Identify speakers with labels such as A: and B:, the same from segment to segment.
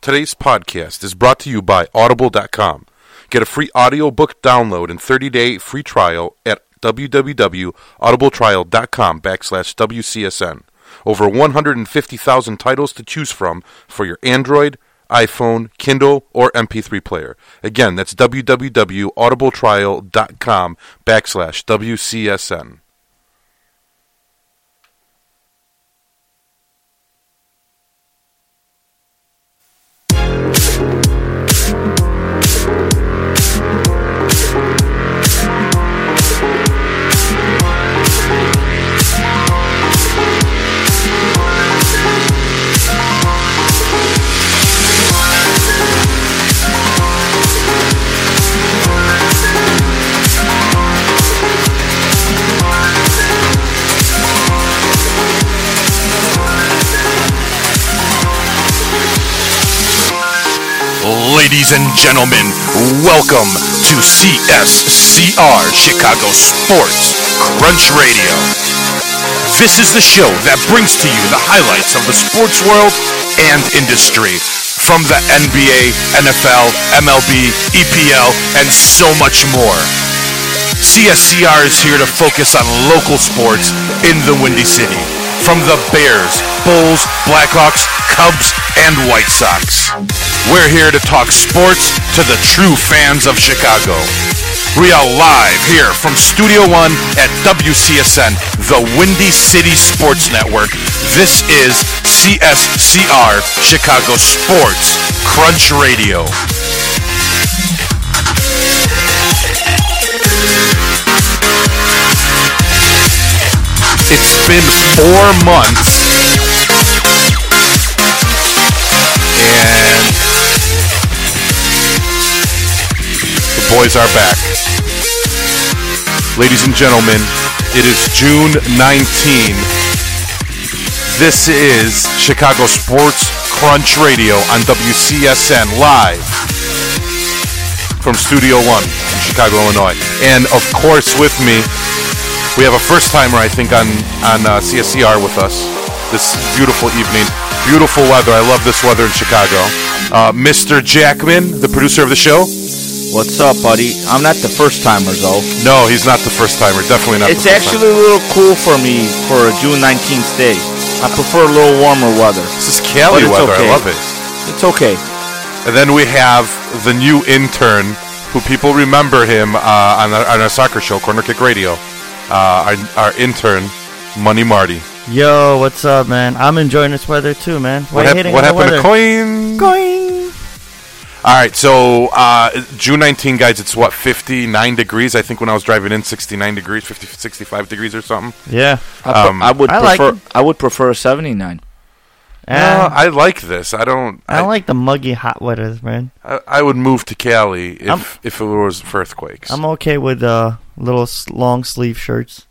A: Today's podcast is brought to you by Audible.com. Get a free audiobook download and 30-day free trial at www.audibletrial.com backslash WCSN. Over 150,000 titles to choose from for your Android, iPhone, Kindle, or MP3 player. Again, that's www.audibletrial.com backslash WCSN.
B: Ladies and gentlemen, welcome to CSCR Chicago Sports Crunch Radio. This is the show that brings to you the highlights of the sports world and industry from the NBA, NFL, MLB, EPL, E and so much more. CSCR is here to focus on local sports in the Windy City from the Bears, Bulls, Blackhawks, Cubs, and White Sox. We're here to talk sports to the true fans of Chicago. We are live here from Studio One at WCSN, the Windy City Sports Network. This is CSCR Chicago Sports Crunch Radio. It's been four months. And the boys are back.
A: Ladies and gentlemen, it is June 19. This is Chicago Sports Crunch Radio on WCSN live from Studio One in Chicago, Illinois. And of course, with me, we have a first timer, I think, on, on uh, CSCR with us this beautiful evening. Beautiful weather. I love this weather in Chicago. Uh, Mr. Jackman, the producer of the show.
C: What's up, buddy? I'm not the first timer, though.
A: No, he's not the first timer. Definitely not.
C: It's
A: the first
C: actually a little cool for me for a June 19th day. I prefer a little warmer weather.
A: timer. this is Cali
C: but it's
A: weather.
C: okay.
A: I love it.
C: It's okay.
A: And then we have the new intern, who people remember him uh, on, our, on our soccer show, Corner Kick Radio. Uh, our, our intern, Money Marty.
D: Yo, what's up, man? I'm enjoying this weather too, man. Why
A: What,
D: you
A: hap-
D: hating
A: what
D: on the
A: happened
D: weather?
A: to coin? All right, so uh, June 19, guys, it's what, 59 degrees? I think when I was driving in, 69 degrees, 50, 65 degrees or something.
D: Yeah.
C: I, pre-
A: Um,
C: I would
D: I like
C: prefer.
D: it.
C: I would prefer a 79.
D: Eh,
A: no, I like this. I don't.
D: I, don't like the muggy hot weathers, man.
A: I, I would move to Cali if,
D: I'm-
A: if it was for earthquakes.
D: I'm okay with uh, little s- long sleeve shirts.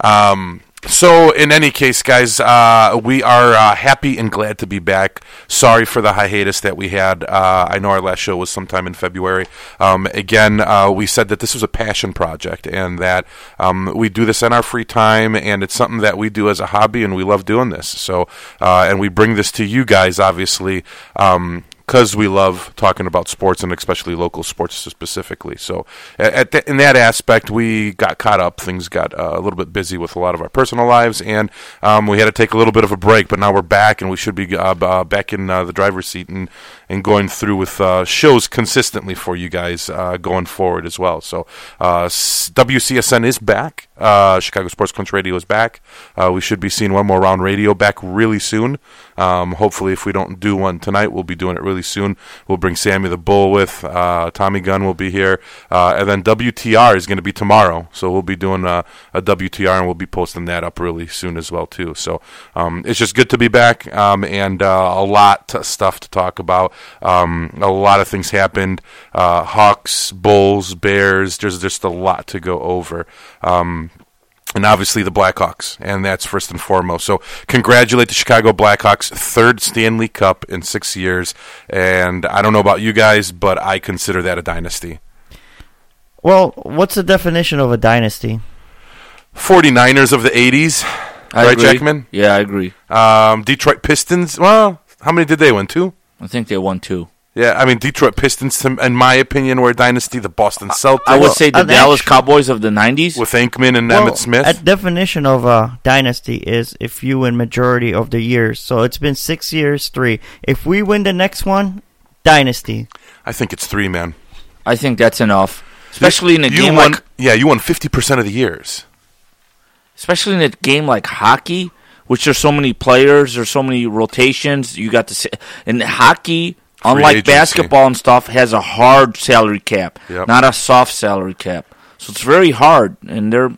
A: Um, so, in any case, guys, uh, we are uh, happy and glad to be back. Sorry for the hiatus that we had. Uh, I know our last show was sometime in February. Um, again, uh, we said that this was a passion project and that um, we do this in our free time and it's something that we do as a hobby and we love doing this. So, uh, and we bring this to you guys, obviously. Um, because we love talking about sports and especially local sports specifically. So, a- at th- in that aspect, we got caught up. Things got uh, a little bit busy with a lot of our personal lives, and um, we had to take a little bit of a break. But now we're back, and we should be uh, b- uh, back in uh, the driver's seat and and going through with uh, shows consistently for you guys uh, going forward as well. So, uh, s- WCSN is back. Uh, Chicago Sports Crunch Radio is back. Uh, we should be seeing one more round radio back really soon. Um, hopefully, if we don't do one tonight, we'll be doing it really soon. We'll bring Sammy the Bull with. Uh, Tommy Gunn will be here. Uh, and then WTR is going to be tomorrow. So we'll be doing a, a WTR and we'll be posting that up really soon as well, too. So um, it's just good to be back um, and uh, a lot of stuff to talk about. Um, a lot of things happened. Uh, Hawks, Bulls, Bears. There's just a lot to go over. Um, and obviously the Blackhawks, and that's first and foremost. So, congratulate the Chicago Blackhawks, third Stanley Cup in six years. And I don't know about you guys, but I consider that a dynasty.
D: Well, what's the definition of a dynasty?
A: 49ers of the 80s,
C: I
A: right,
C: agree.
A: Jackman?
C: Yeah, I agree.
A: Um, Detroit Pistons, well, how many did they win? Two?
C: I think they won two.
A: Yeah, I mean Detroit Pistons, to- in my opinion, were a dynasty. The Boston Celtics.
C: I would say the
D: an
C: Dallas
D: actual-
C: Cowboys of the '90s.
A: uh, with Inkman and
D: Well,
A: Emmett Smith.
D: A definition of a dynasty is if you win majority of the years. So it's been six years, three. If we win the next one, dynasty.
A: I think it's three, man.
C: I think that's enough, especially in a
A: you
C: game
A: won,
C: like
A: yeah, you won fifty percent of the years.
C: especially in a game like hockey, which there's so many players, there's so many rotations. You got to say, and hockey, unlike
A: agency.
C: basketball and stuff, has a hard salary cap,
A: Yep.
C: not a soft salary cap. So it's very hard, and they're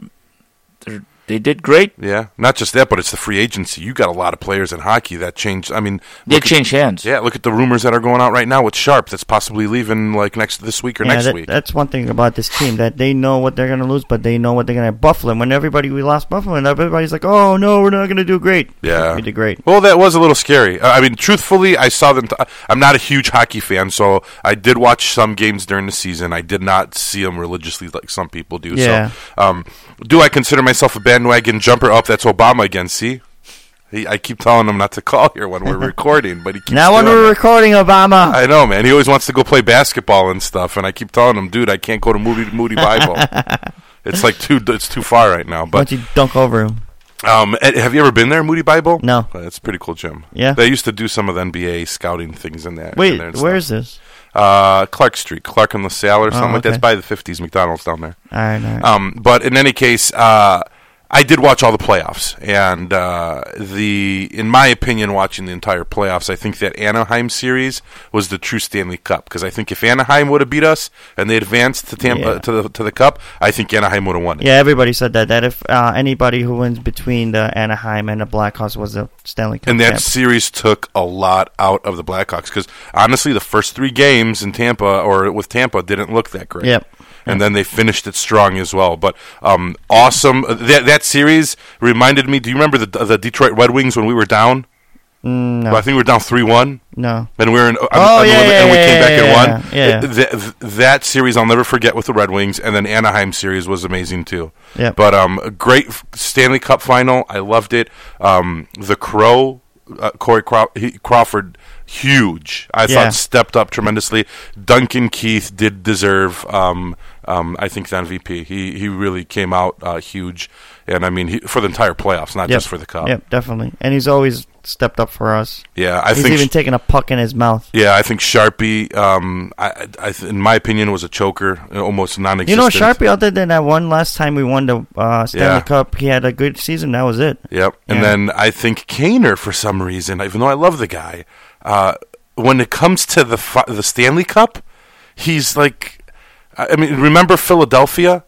C: they're they did great.
A: Yeah, not just that, but it's the free agency. You got a lot of players in hockey that changed. I mean,
C: They
A: look at-
C: changed hands.
A: yeah, look at the rumors that are going out right now with Sharp that's possibly leaving like next this week or
D: Yeah,
A: next
D: that-
A: week.
D: That's one thing about this team that they know what they're going to lose, but they know what they're going to Buffalo. And when everybody we lost Buffalo, and everybody's like, "Oh no, we're not going to do great."
A: Yeah.
D: we did great.
A: Well, that was a little scary. Uh, I mean, truthfully, I saw them. T- uh, I'm not a huge hockey fan, so I did watch some games during the season. I did not see them religiously like some people do.
D: Yeah.
A: So, um, do I consider myself a bandwagon jumper? Up, that's Obama again. See, he, I keep telling him not to call here when we're recording, but he keeps
D: Now when
A: doing
D: we're
A: it.
D: recording, Obama.
A: I know, man. He always wants to go play basketball and stuff, and I keep telling him, dude, I can't go to Moody Moody Bible. it's like too. It's too far right now.
D: Why
A: But
D: don't you dunk over him?
A: um, Ed, have you ever been there, Moody Bible?
D: No.
A: Uh, it's a pretty cool gym.
D: Yeah.
A: They used to do some of the NBA scouting things in there. in
D: Wait,
A: there and
D: where is this?
A: stuff. uh, Clark Street, Clark and LaSalle or something like that.
D: Oh, okay.
A: It's by the 50s McDonald's down there.
D: All right, all right.
A: Um, but in any case, uh, I did watch all the playoffs, and uh, the, in my opinion, watching the entire playoffs, I think that Anaheim series was the true Stanley Cup because I think if Anaheim would have beat us and they advanced to Tampa
D: Yeah.
A: to the to the Cup, I think Anaheim would have won it.
D: yeah, everybody said that. That if uh, anybody who wins between the Anaheim and the Blackhawks was a Stanley Cup.
A: And that
D: champ.
A: series took a lot out of the Blackhawks because honestly, the first three games in Tampa or with Tampa didn't look that great.
D: Yep.
A: And then they finished it strong as well. But um, awesome. That, that series reminded me. Do you remember the the Detroit Red Wings when we were down?
D: Mm, no,
A: I think we were down three one.
D: no.
A: And we were in, oh,
D: Oh, yeah, yeah,
A: and we
D: yeah,
A: came
D: yeah,
A: back and
D: yeah,
A: won.
D: yeah, yeah.
A: Th- th- that series I'll never forget with the Red Wings, and then Anaheim series was amazing too.
D: Yep.
A: But um, a great f- Stanley Cup final. I loved it. Um, the Crow, uh, Corey Craw- he, Crawford, huge. I
D: Yeah.
A: thought stepped up tremendously. Duncan Keith did deserve. Um, um, I think the MVP. He he really came out uh, huge, and I mean he, for the entire playoffs, not
D: Yep.
A: just for the cup.
D: Yep, definitely. And he's always stepped up for us.
A: Yeah, I
D: he's
A: think
D: even taking a puck in his mouth.
A: Yeah, I think Sharpie, um, I, I th- in my opinion, was a choker, uh, almost non-existent.
D: You know, Sharpie, other than that one last time we won the uh, Stanley
A: Yeah.
D: Cup, he had a good season. That was it.
A: Yep. And
D: Yeah.
A: then I think Kaner, for some reason, even though I love the guy, uh, when it comes to the fi- the Stanley Cup, he's like, I I mean, remember Philadelphia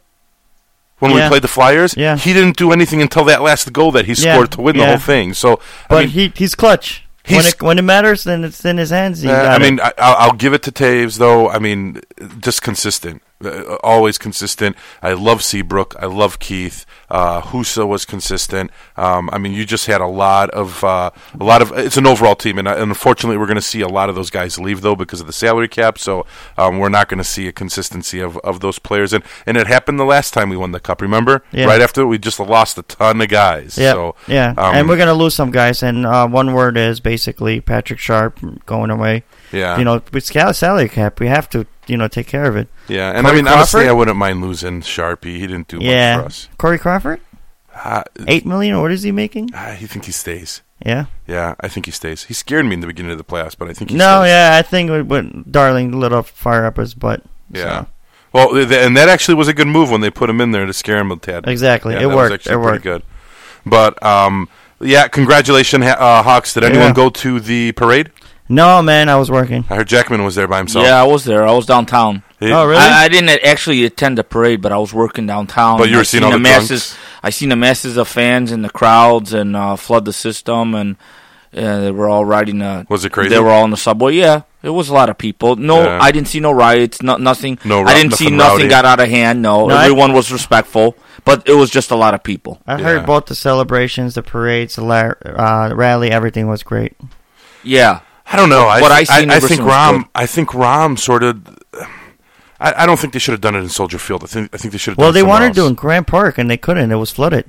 A: when we
D: Yeah.
A: played the Flyers?
D: Yeah.
A: He didn't do anything until that last goal that he
D: Yeah,
A: scored to win the
D: yeah.
A: whole thing. So,
D: But
A: I mean,
D: he he's clutch. when
A: He's-
D: it when it matters, then it's in his hands. He
A: Uh,
D: got
A: I
D: it.
A: mean, I, I'll I'll give it to Taves, though. I mean, just consistent. Uh, Always consistent. I love Seabrook. I love Keith. Uh, Husa was consistent. Um, I mean, you just had a lot of uh, a lot of. It's an overall team, and, uh, and unfortunately, we're going to see a lot of those guys leave though because of the salary cap. So um, we're not going to see a consistency of, of those players. And and it happened the last time we won the cup. Remember,
D: Yeah.
A: right after we just lost a ton of guys.
D: yeah,
A: So
D: yeah.
A: um,
D: and we're gonna lose some guys. And uh, one word is basically Patrick Sharp going away.
A: Yeah.
D: you know, with scal- salary cap, we have to you know take care of it.
A: yeah, and I
D: Corey
A: mean, honestly,
D: Crawford?
A: I wouldn't mind losing Sharpie. He didn't do much for
D: yeah,
A: us.
D: Corey Crawford,
A: Uh,
D: eight million. What is he making?
A: I think he stays.
D: Yeah.
A: Yeah, I think he stays. He scared me in the beginning of the playoffs, but I think he
D: No,
A: stays.
D: yeah, I think we, we, Darling lit up fire up his butt.
A: yeah.
D: so.
A: Well, th- th- and that actually was a good move when they put him in there to scare him a tad.
D: Exactly.
A: Yeah,
D: It
A: that
D: worked.
A: Was actually
D: It
A: pretty good.
D: worked.
A: But um, yeah, congratulations, Ha- uh, Hawks. Did anyone
D: Yeah.
A: go to the parade?
D: No, man, I was working.
A: I heard Jackman was there by himself.
C: yeah, I was there. I was downtown.
A: He-
D: Oh, really?
C: I, I didn't actually attend the parade, but I was working downtown.
A: But you were
C: I
A: seeing
C: seen
A: all the drunks?
C: masses. I seen the masses of fans and the crowds and uh, flood the system, and uh, they were all riding. Uh,
A: Was it crazy?
C: They were all on the subway. Yeah, it was a lot of people. No,
A: Yeah.
C: I didn't see no riots. No, nothing.
A: No ri-
C: I didn't see
A: nothing
C: nothing
A: rowdy.
C: got out of hand. No,
D: No, I-
C: everyone was respectful, but it was just a lot of people.
D: I
A: Yeah.
D: heard both the celebrations, the parades, the la- uh, rally, everything was great.
C: Yeah,
A: I don't know. I,
C: What
A: th-
C: I seen
A: I,
C: in
A: think
C: Bristol was
A: Rom.
C: good.
A: I think Rom sort of. I, I don't think they should have done it in Soldier Field. I think I think they should have.
D: Well,
A: done it
D: they
A: somewhere
D: wanted
A: else.
D: to in Grand Park and they couldn't. It was flooded.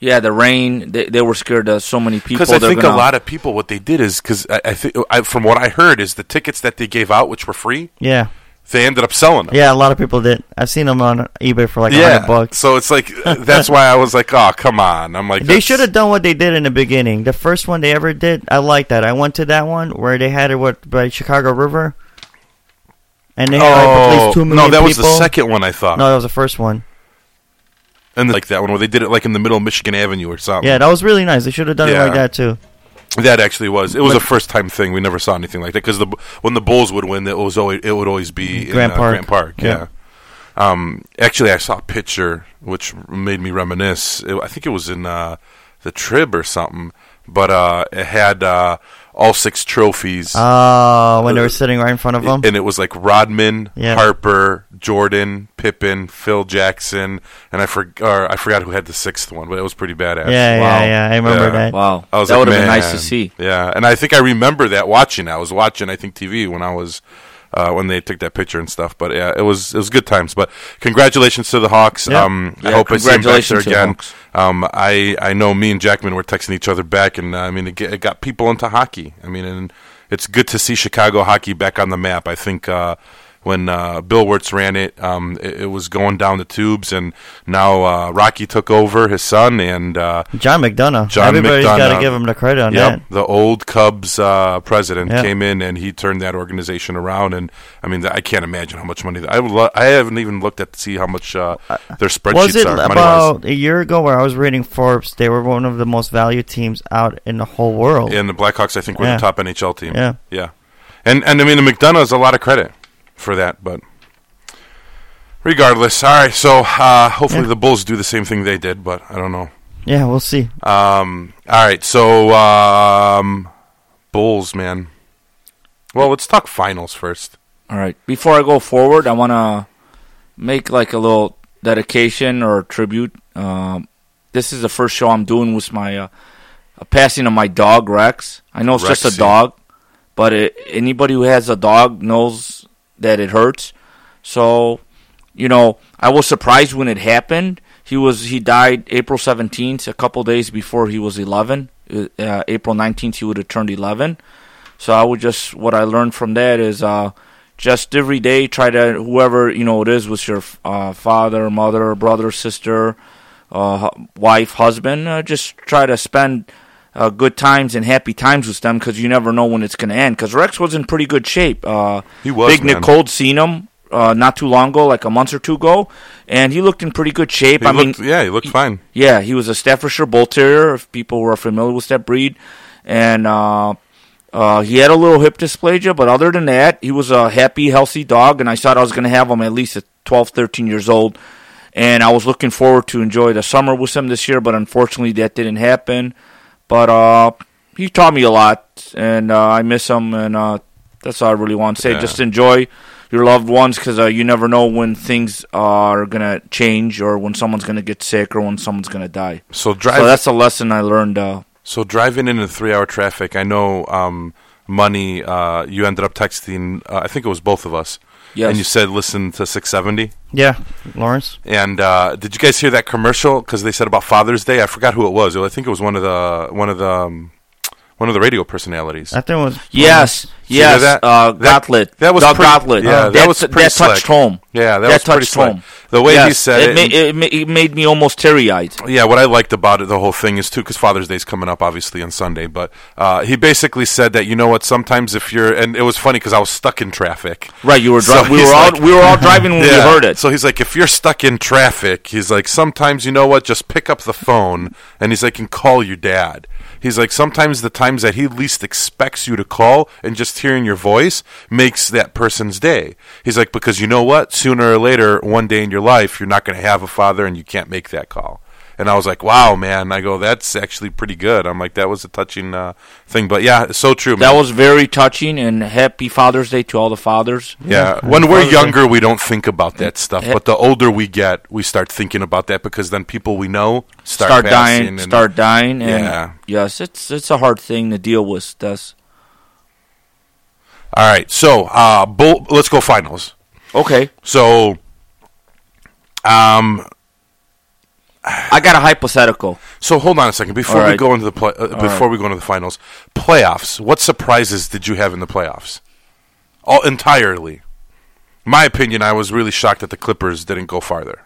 C: Yeah, the rain. They, they were scared of so many people.
A: Because I
C: they're
A: think
C: gonna-
A: a lot of people, what they did is because I, I think I, from what I heard is the tickets that they gave out, which were free,
D: Yeah.
A: they ended up selling them.
D: Yeah, a lot of people did. I've seen them on eBay for like a 100 bucks.
A: So it's like uh, that's why I was like, oh come on. I'm like
D: They
A: that's-
D: should have done what they did in the beginning. The first one they ever did, I like that. I went to that one where they had it what by Chicago River, and they had like, at least two
A: Oh no,
D: million
A: that was the
D: people.
A: second one I thought,
D: No, that was the first one.
A: and like that one where they did it like in the middle of Michigan Avenue or something.
D: Yeah, that was really nice. They should have done it
A: Yeah.
D: like that too.
A: That actually was. It was a first time thing. We never saw anything like that because the when the Bulls would win, it was always it would always be
D: Grant
A: in, uh,
D: Park.
A: Grant Park. Yeah.
D: Yeah.
A: Um, actually, I saw a picture which made me reminisce. It, I think it was in uh, the Trib or something, but uh, it had uh, all six trophies,
D: Uh, when they were sitting right in front of them.
A: and it was like Rodman,
D: Yeah.
A: Harper, Jordan, Pippen, Phil Jackson, and I for, or I forgot who had the sixth one, but it was pretty badass.
D: yeah,
C: Wow.
D: yeah, yeah. I remember
A: Yeah.
D: that.
C: Wow,
A: I was
C: that
A: like,
C: would have been nice to
A: "Man."
C: see.
A: Yeah, and I think I remember that watching. I was watching, I think, TV when I was uh, when they took that picture and stuff. But yeah, it was it was good times. But congratulations to the Hawks.
D: Yeah.
A: Um, I
C: Yeah,
A: hope I see them back there
C: congratulations to the
A: again.
C: Hawks.
A: Um, I I know me and Jackman were texting each other back, and uh, I mean it, get, it got people into hockey. I mean, and it's good to see Chicago hockey back on the map. I think. Uh, when uh, Bill Wirtz ran it, um, it, it was going down the tubes, and now uh, Rocky took over his son, and uh,
D: John McDonough.
A: John
D: Everybody's got
A: McDonough.
D: to give him the credit on
A: Yep,
D: that.
A: the old Cubs uh, president
D: Yeah.
A: came in and he turned that organization around. And I mean, I can't imagine how much money. I would lo- I haven't even looked at to see how much uh, their spreadsheets
D: Was it
A: are. money-wise.
D: about a year ago where I was reading Forbes? They were one of the most valued teams out in the whole world.
A: And the Blackhawks, I think, were
D: Yeah.
A: the top NHL team.
D: Yeah.
A: yeah. And and I mean, the McDonough's a lot of credit for that, but. Regardless, all right. So uh, hopefully
D: Yeah.
A: the Bulls do the same thing they did, but I don't know.
D: Yeah, we'll see.
A: Um, all right, so um, Bulls, man. Well, let's talk finals first.
C: All right. Before I go forward, I want to make like a little dedication or tribute. Um, this is the first show I'm doing with my uh, uh, passing of my dog Rex. I know it's just
A: Rexy.
C: a dog, but it, anybody who has a dog knows that it hurts. So, you know, I was surprised when it happened. He was he died April 17th, a couple days before he was 11. Uh, uh, April 19th he would have turned 11. So I would just what I learned from that is uh, just every day try to whoever you know it is with your uh, father, mother, brother, sister, uh, hu- wife, husband. Uh, just try to spend uh, good times and happy times with them because you never know when it's going to end. Because Rex was in pretty good shape. Uh,
A: He was,
C: Big
A: man.
C: Nicole seen him. Uh, not too long ago, like a month or two ago, and he looked in pretty good shape.
A: He
C: I
A: looked,
C: mean,
A: yeah, he looked fine.
C: yeah, he was a Staffordshire Bull Terrier, if people who are familiar with that breed. And uh, uh, he had a little hip dysplasia, but other than that, he was a happy, healthy dog. And I thought I was going to have him at least at 12, 13 years old. And I was looking forward to enjoy the summer with him this year, but unfortunately that didn't happen. But uh, he taught me a lot, and uh, I miss him. And uh, that's all I really want to say.
A: Yeah.
C: Just enjoy your loved ones because uh, you never know when things are gonna change or when someone's gonna get sick or when someone's gonna die.
A: So drive.
C: So that's a lesson I learned. Uh,
A: So driving into three-hour traffic, I know um, money. Uh, you ended up texting. Uh, I think it was both of us.
C: Yes.
A: And you said listen to 670.
D: Yeah, Lawrence.
A: And uh, did you guys hear that commercial? Because they said about Father's Day. I forgot who it was. I think it was one of the one of the um, one of the radio personalities.
D: I think it was.
C: yes,
A: you hear
C: yes,
A: that?
C: uh,
A: That-
C: Gottlieb.
A: that was
C: Doug
A: pretty-
C: Gottlieb.
A: yeah, that was
C: that
A: pretty slick.
C: touched home.
A: yeah, that,
C: that
A: was pretty
C: touched
A: slick.
C: home.
A: The way he
C: Yes,
A: said it,
C: it, ma- it, ma- it made me almost teary eyed.
A: yeah, what I liked about it, the whole thing is too, because Father's Day's coming up obviously on Sunday. But uh, he basically said that you know what? Sometimes if you're, and it was funny because I was stuck in traffic.
C: Right, you were
A: So
C: driving. we
A: he's
C: were all
A: like-
C: we were all driving when we heard it.
A: So he's like, if you're stuck in traffic, he's like, sometimes you know what? Just pick up the phone, and he's like, and call your dad. He's like, sometimes the times that he least expects you to call, and just hearing your voice makes that person's day. He's like, because you know what? Sooner or later, one day in your life, you're not going to have a father, and you can't make that call. And I was like, "Wow, man!" I go, "That's actually pretty good." I'm like, "That was a touching uh, thing," but yeah, it's so true. Man.
C: that was very touching, and happy Father's Day to all the fathers.
A: Yeah, when we're
D: Father's Day.
A: younger, we don't think about that stuff.
C: Yeah.
A: But the older we get, we start thinking about that because then people we know start,
C: start,
A: passing
C: dying,
A: and-
C: start dying, and
A: Yeah.
C: yes, it's it's a hard thing to deal with. That's
A: All right, so uh, bull, let's go finals.
C: okay.
A: So, um,
C: I got a hypothetical.
A: So hold on a second before
C: All
A: we
C: right.
A: go into the play, uh, before we go into the finals playoffs. What surprises did you have in the playoffs? All entirely. My opinion, I was really shocked that the Clippers didn't go farther.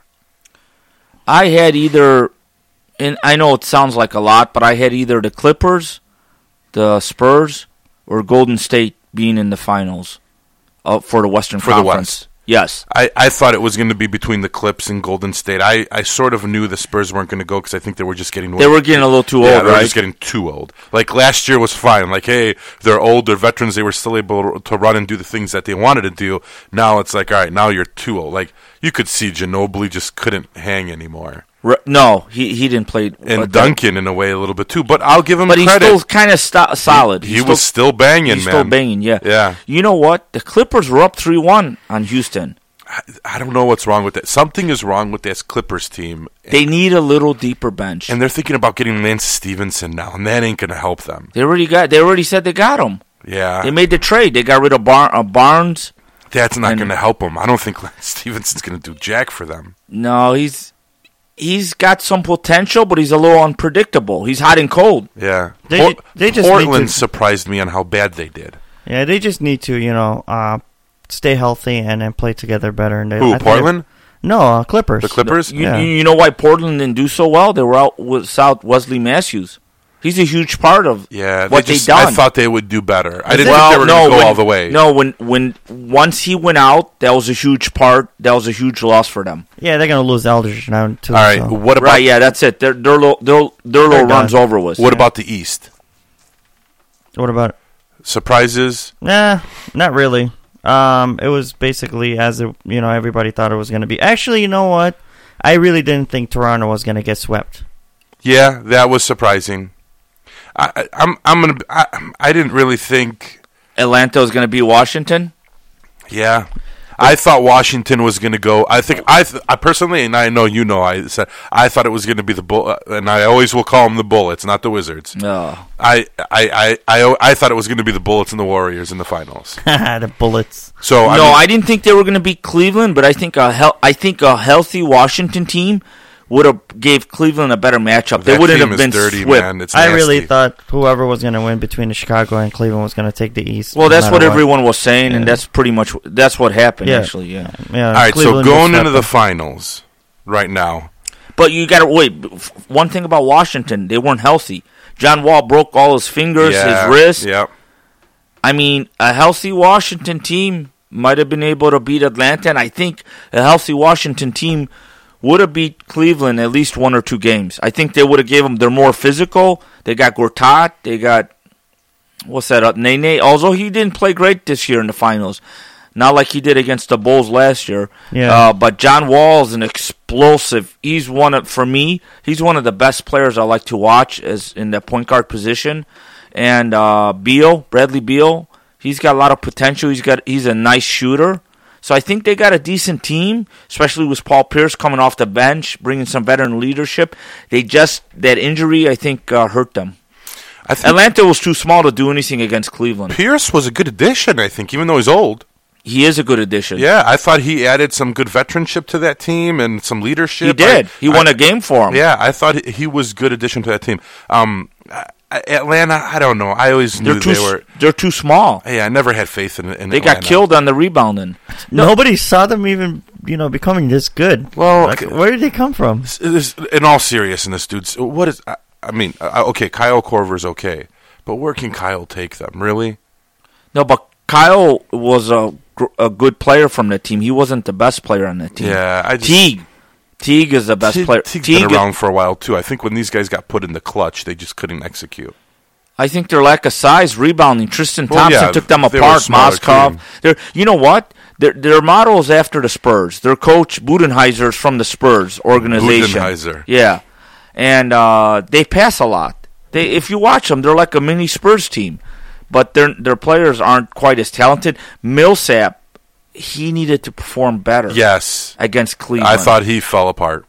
C: I had either, and I know it sounds like a lot, but I had either the Clippers, the Spurs, or Golden State being in the finals uh, for the Western
A: For the
C: Conference.
A: West.
C: Yes.
A: I, I thought it was going to be between the Clips and Golden State. I, I sort of knew the Spurs weren't going to go because I think they were just getting
C: They were getting a little too
A: yeah,
C: old,
A: they were
C: right?
A: just getting too old. Like last year was fine. Like hey, they're old, they're veterans, they were still able to run and do the things that they wanted to do. Now it's like all right, now you're too old. Like you could see Ginobili just couldn't hang anymore.
C: Re- no, he he didn't play.
A: and
C: but-
A: Duncan in a way a little bit too. But I'll give him
C: but he's
A: credit.
C: still kind of sto- solid.
A: he
C: He's
A: was
C: still,
A: still banging,
C: he's
A: man.
C: still banging. Yeah.
A: Yeah.
C: You know what? The Clippers were up three one on Houston.
A: I don't know what's wrong with that. Something is wrong with this Clippers team,
C: They need a little deeper bench.
A: and they're thinking about getting Lance Stevenson now, and that ain't going to help them.
C: they already got. They already said they got him.
A: Yeah,
C: They made the trade. They got rid of Bar- uh, Barnes.
A: that's not
C: and-
A: going to help them. I don't think Lance Stevenson's going to do jack for them.
C: No, he's he's got some potential, but he's a little unpredictable. He's hot and cold.
A: Yeah,
D: They ju- they just need
A: Portland
D: to-
A: surprised me on how bad they did.
D: Yeah, they just need to, you know, uh, stay healthy and then play together better. And they, I
A: Who
D: think they-
A: Portland?
D: No, uh, Clippers.
A: The Clippers?
C: You,
D: Yeah.
C: you, you know why Portland didn't do so well? They were out without Wesley Matthews. He's a huge part of
A: Yeah,
C: what
A: they
C: they,
A: just,
C: done.
A: I thought they would do better. I didn't
C: Well,
A: think they were
C: no,
A: going to go
C: when-
A: all the way.
C: No, when when once he went out, that was a huge part. That was a huge loss for them.
D: Yeah, they're gonna lose Eldridge now too.
A: All right,
D: so.
A: what about
C: Right? Yeah, that's it. Their their little their, their little
D: done.
C: runs over with.
A: what about the East?
D: What about? It?
A: Surprises?
D: Nah, not really. Um, it was basically as it, you know everybody thought it was gonna be. Actually, you know what? I really didn't think Toronto was gonna get swept.
A: Yeah, that was surprising. I, I, I'm I'm gonna I, I didn't really think.
C: Atlanta was going to be Washington?
A: Yeah, I thought Washington was gonna go. I think I th- I personally, and I know you know, I said I thought it was gonna be the bull, uh, and I always will call them the Bullets, not the Wizards.
C: No.
A: I I I I, I thought it was gonna be the Bullets and the Warriors in the finals.
D: the Bullets.
A: So Oh, I
C: no,
A: mean,
C: I didn't think they were going to beat Cleveland, but I think a hel- I think a healthy Washington team would have gave Cleveland a better matchup. They
A: that
C: wouldn't
A: team
C: have
A: is
C: been
A: dirty,
C: swept.
A: man. It's
D: I really
A: nasty.
D: thought whoever was gonna win between the Chicago and Cleveland was gonna take the East.
C: Well,
D: no
C: that's
D: matter
C: what everyone was saying, and that's pretty much that's what happened.
D: Yeah.
C: Actually, yeah.
D: Yeah.
A: All right,
D: Cleveland
A: so
D: was
A: going into
D: swept.
A: the finals right now.
C: But you got to wait. b- f- One thing about Washington, they weren't healthy. John Wall broke all his fingers,
A: yeah,
C: his wrist.
A: Yep.
C: I mean, a healthy Washington team might have been able to beat Atlanta, and I think a healthy Washington team would have beat Cleveland at least one or two games. I think they would have gave them. They're more physical. They got Gortat. They got what's that? Uh, Nene. Although he didn't play great this year in the finals, not like he did against the Bulls last year.
D: Yeah.
C: Uh, but John Wall is an explosive. He's one of for me. He's one of the best players I like to watch as in that point guard position. And uh, Beal, Bradley Beal, he's got a lot of potential. He's got he's a nice shooter. So I think they got a decent team, especially with Paul Pierce coming off the bench, bringing some veteran leadership. They just that injury I think uh, hurt them.
A: I think
C: Atlanta was too small to do anything against Cleveland.
A: Pierce was a good addition. I think, even though he's old.
C: He is a good addition.
A: Yeah, I thought he added some good veteranship to that team and some leadership.
C: he did.
A: I-
C: he won a game for him.
A: I, yeah, I thought he- he was good addition to that team. Um, I- I- Atlanta, I don't know. I always knew
C: they're too
A: they were.
C: s- they're too small.
A: Yeah, I never had faith in. in
C: They got
A: Atlanta.
C: killed on the rebounding.
D: Nobody saw them even you know becoming this good.
A: Well,
D: Like,
A: okay.
D: where did they come from?
A: S- this- In all seriousness, dudes, what is? I, I mean, uh, okay, Kyle Corver's okay, but where can Kyle take them? Really?
C: No, but Kyle was a gr- a good player from the team. He wasn't the best player on the team.
A: Yeah, I just,
C: Teague. Teague is the best
A: Teague-
C: player.
A: Teague's
C: Teague,
A: been around for a while too. I think when these guys got put in the clutch, they just couldn't execute.
C: I think their lack of size, rebounding. Tristan
A: Well,
C: Thompson
A: yeah,
C: took them
A: they were a
C: apart.
A: smaller team.
C: Moskov. They're, you know what? Their their model is after the Spurs. Their coach Budenheiser is from the Spurs organization.
A: Budenheiser.
C: Yeah, and uh, they pass a lot. They if you watch them, they're like a mini Spurs team, but their their players aren't quite as talented. Millsap, he needed to perform better.
A: Yes,
C: against Cleveland.
A: I thought he fell apart.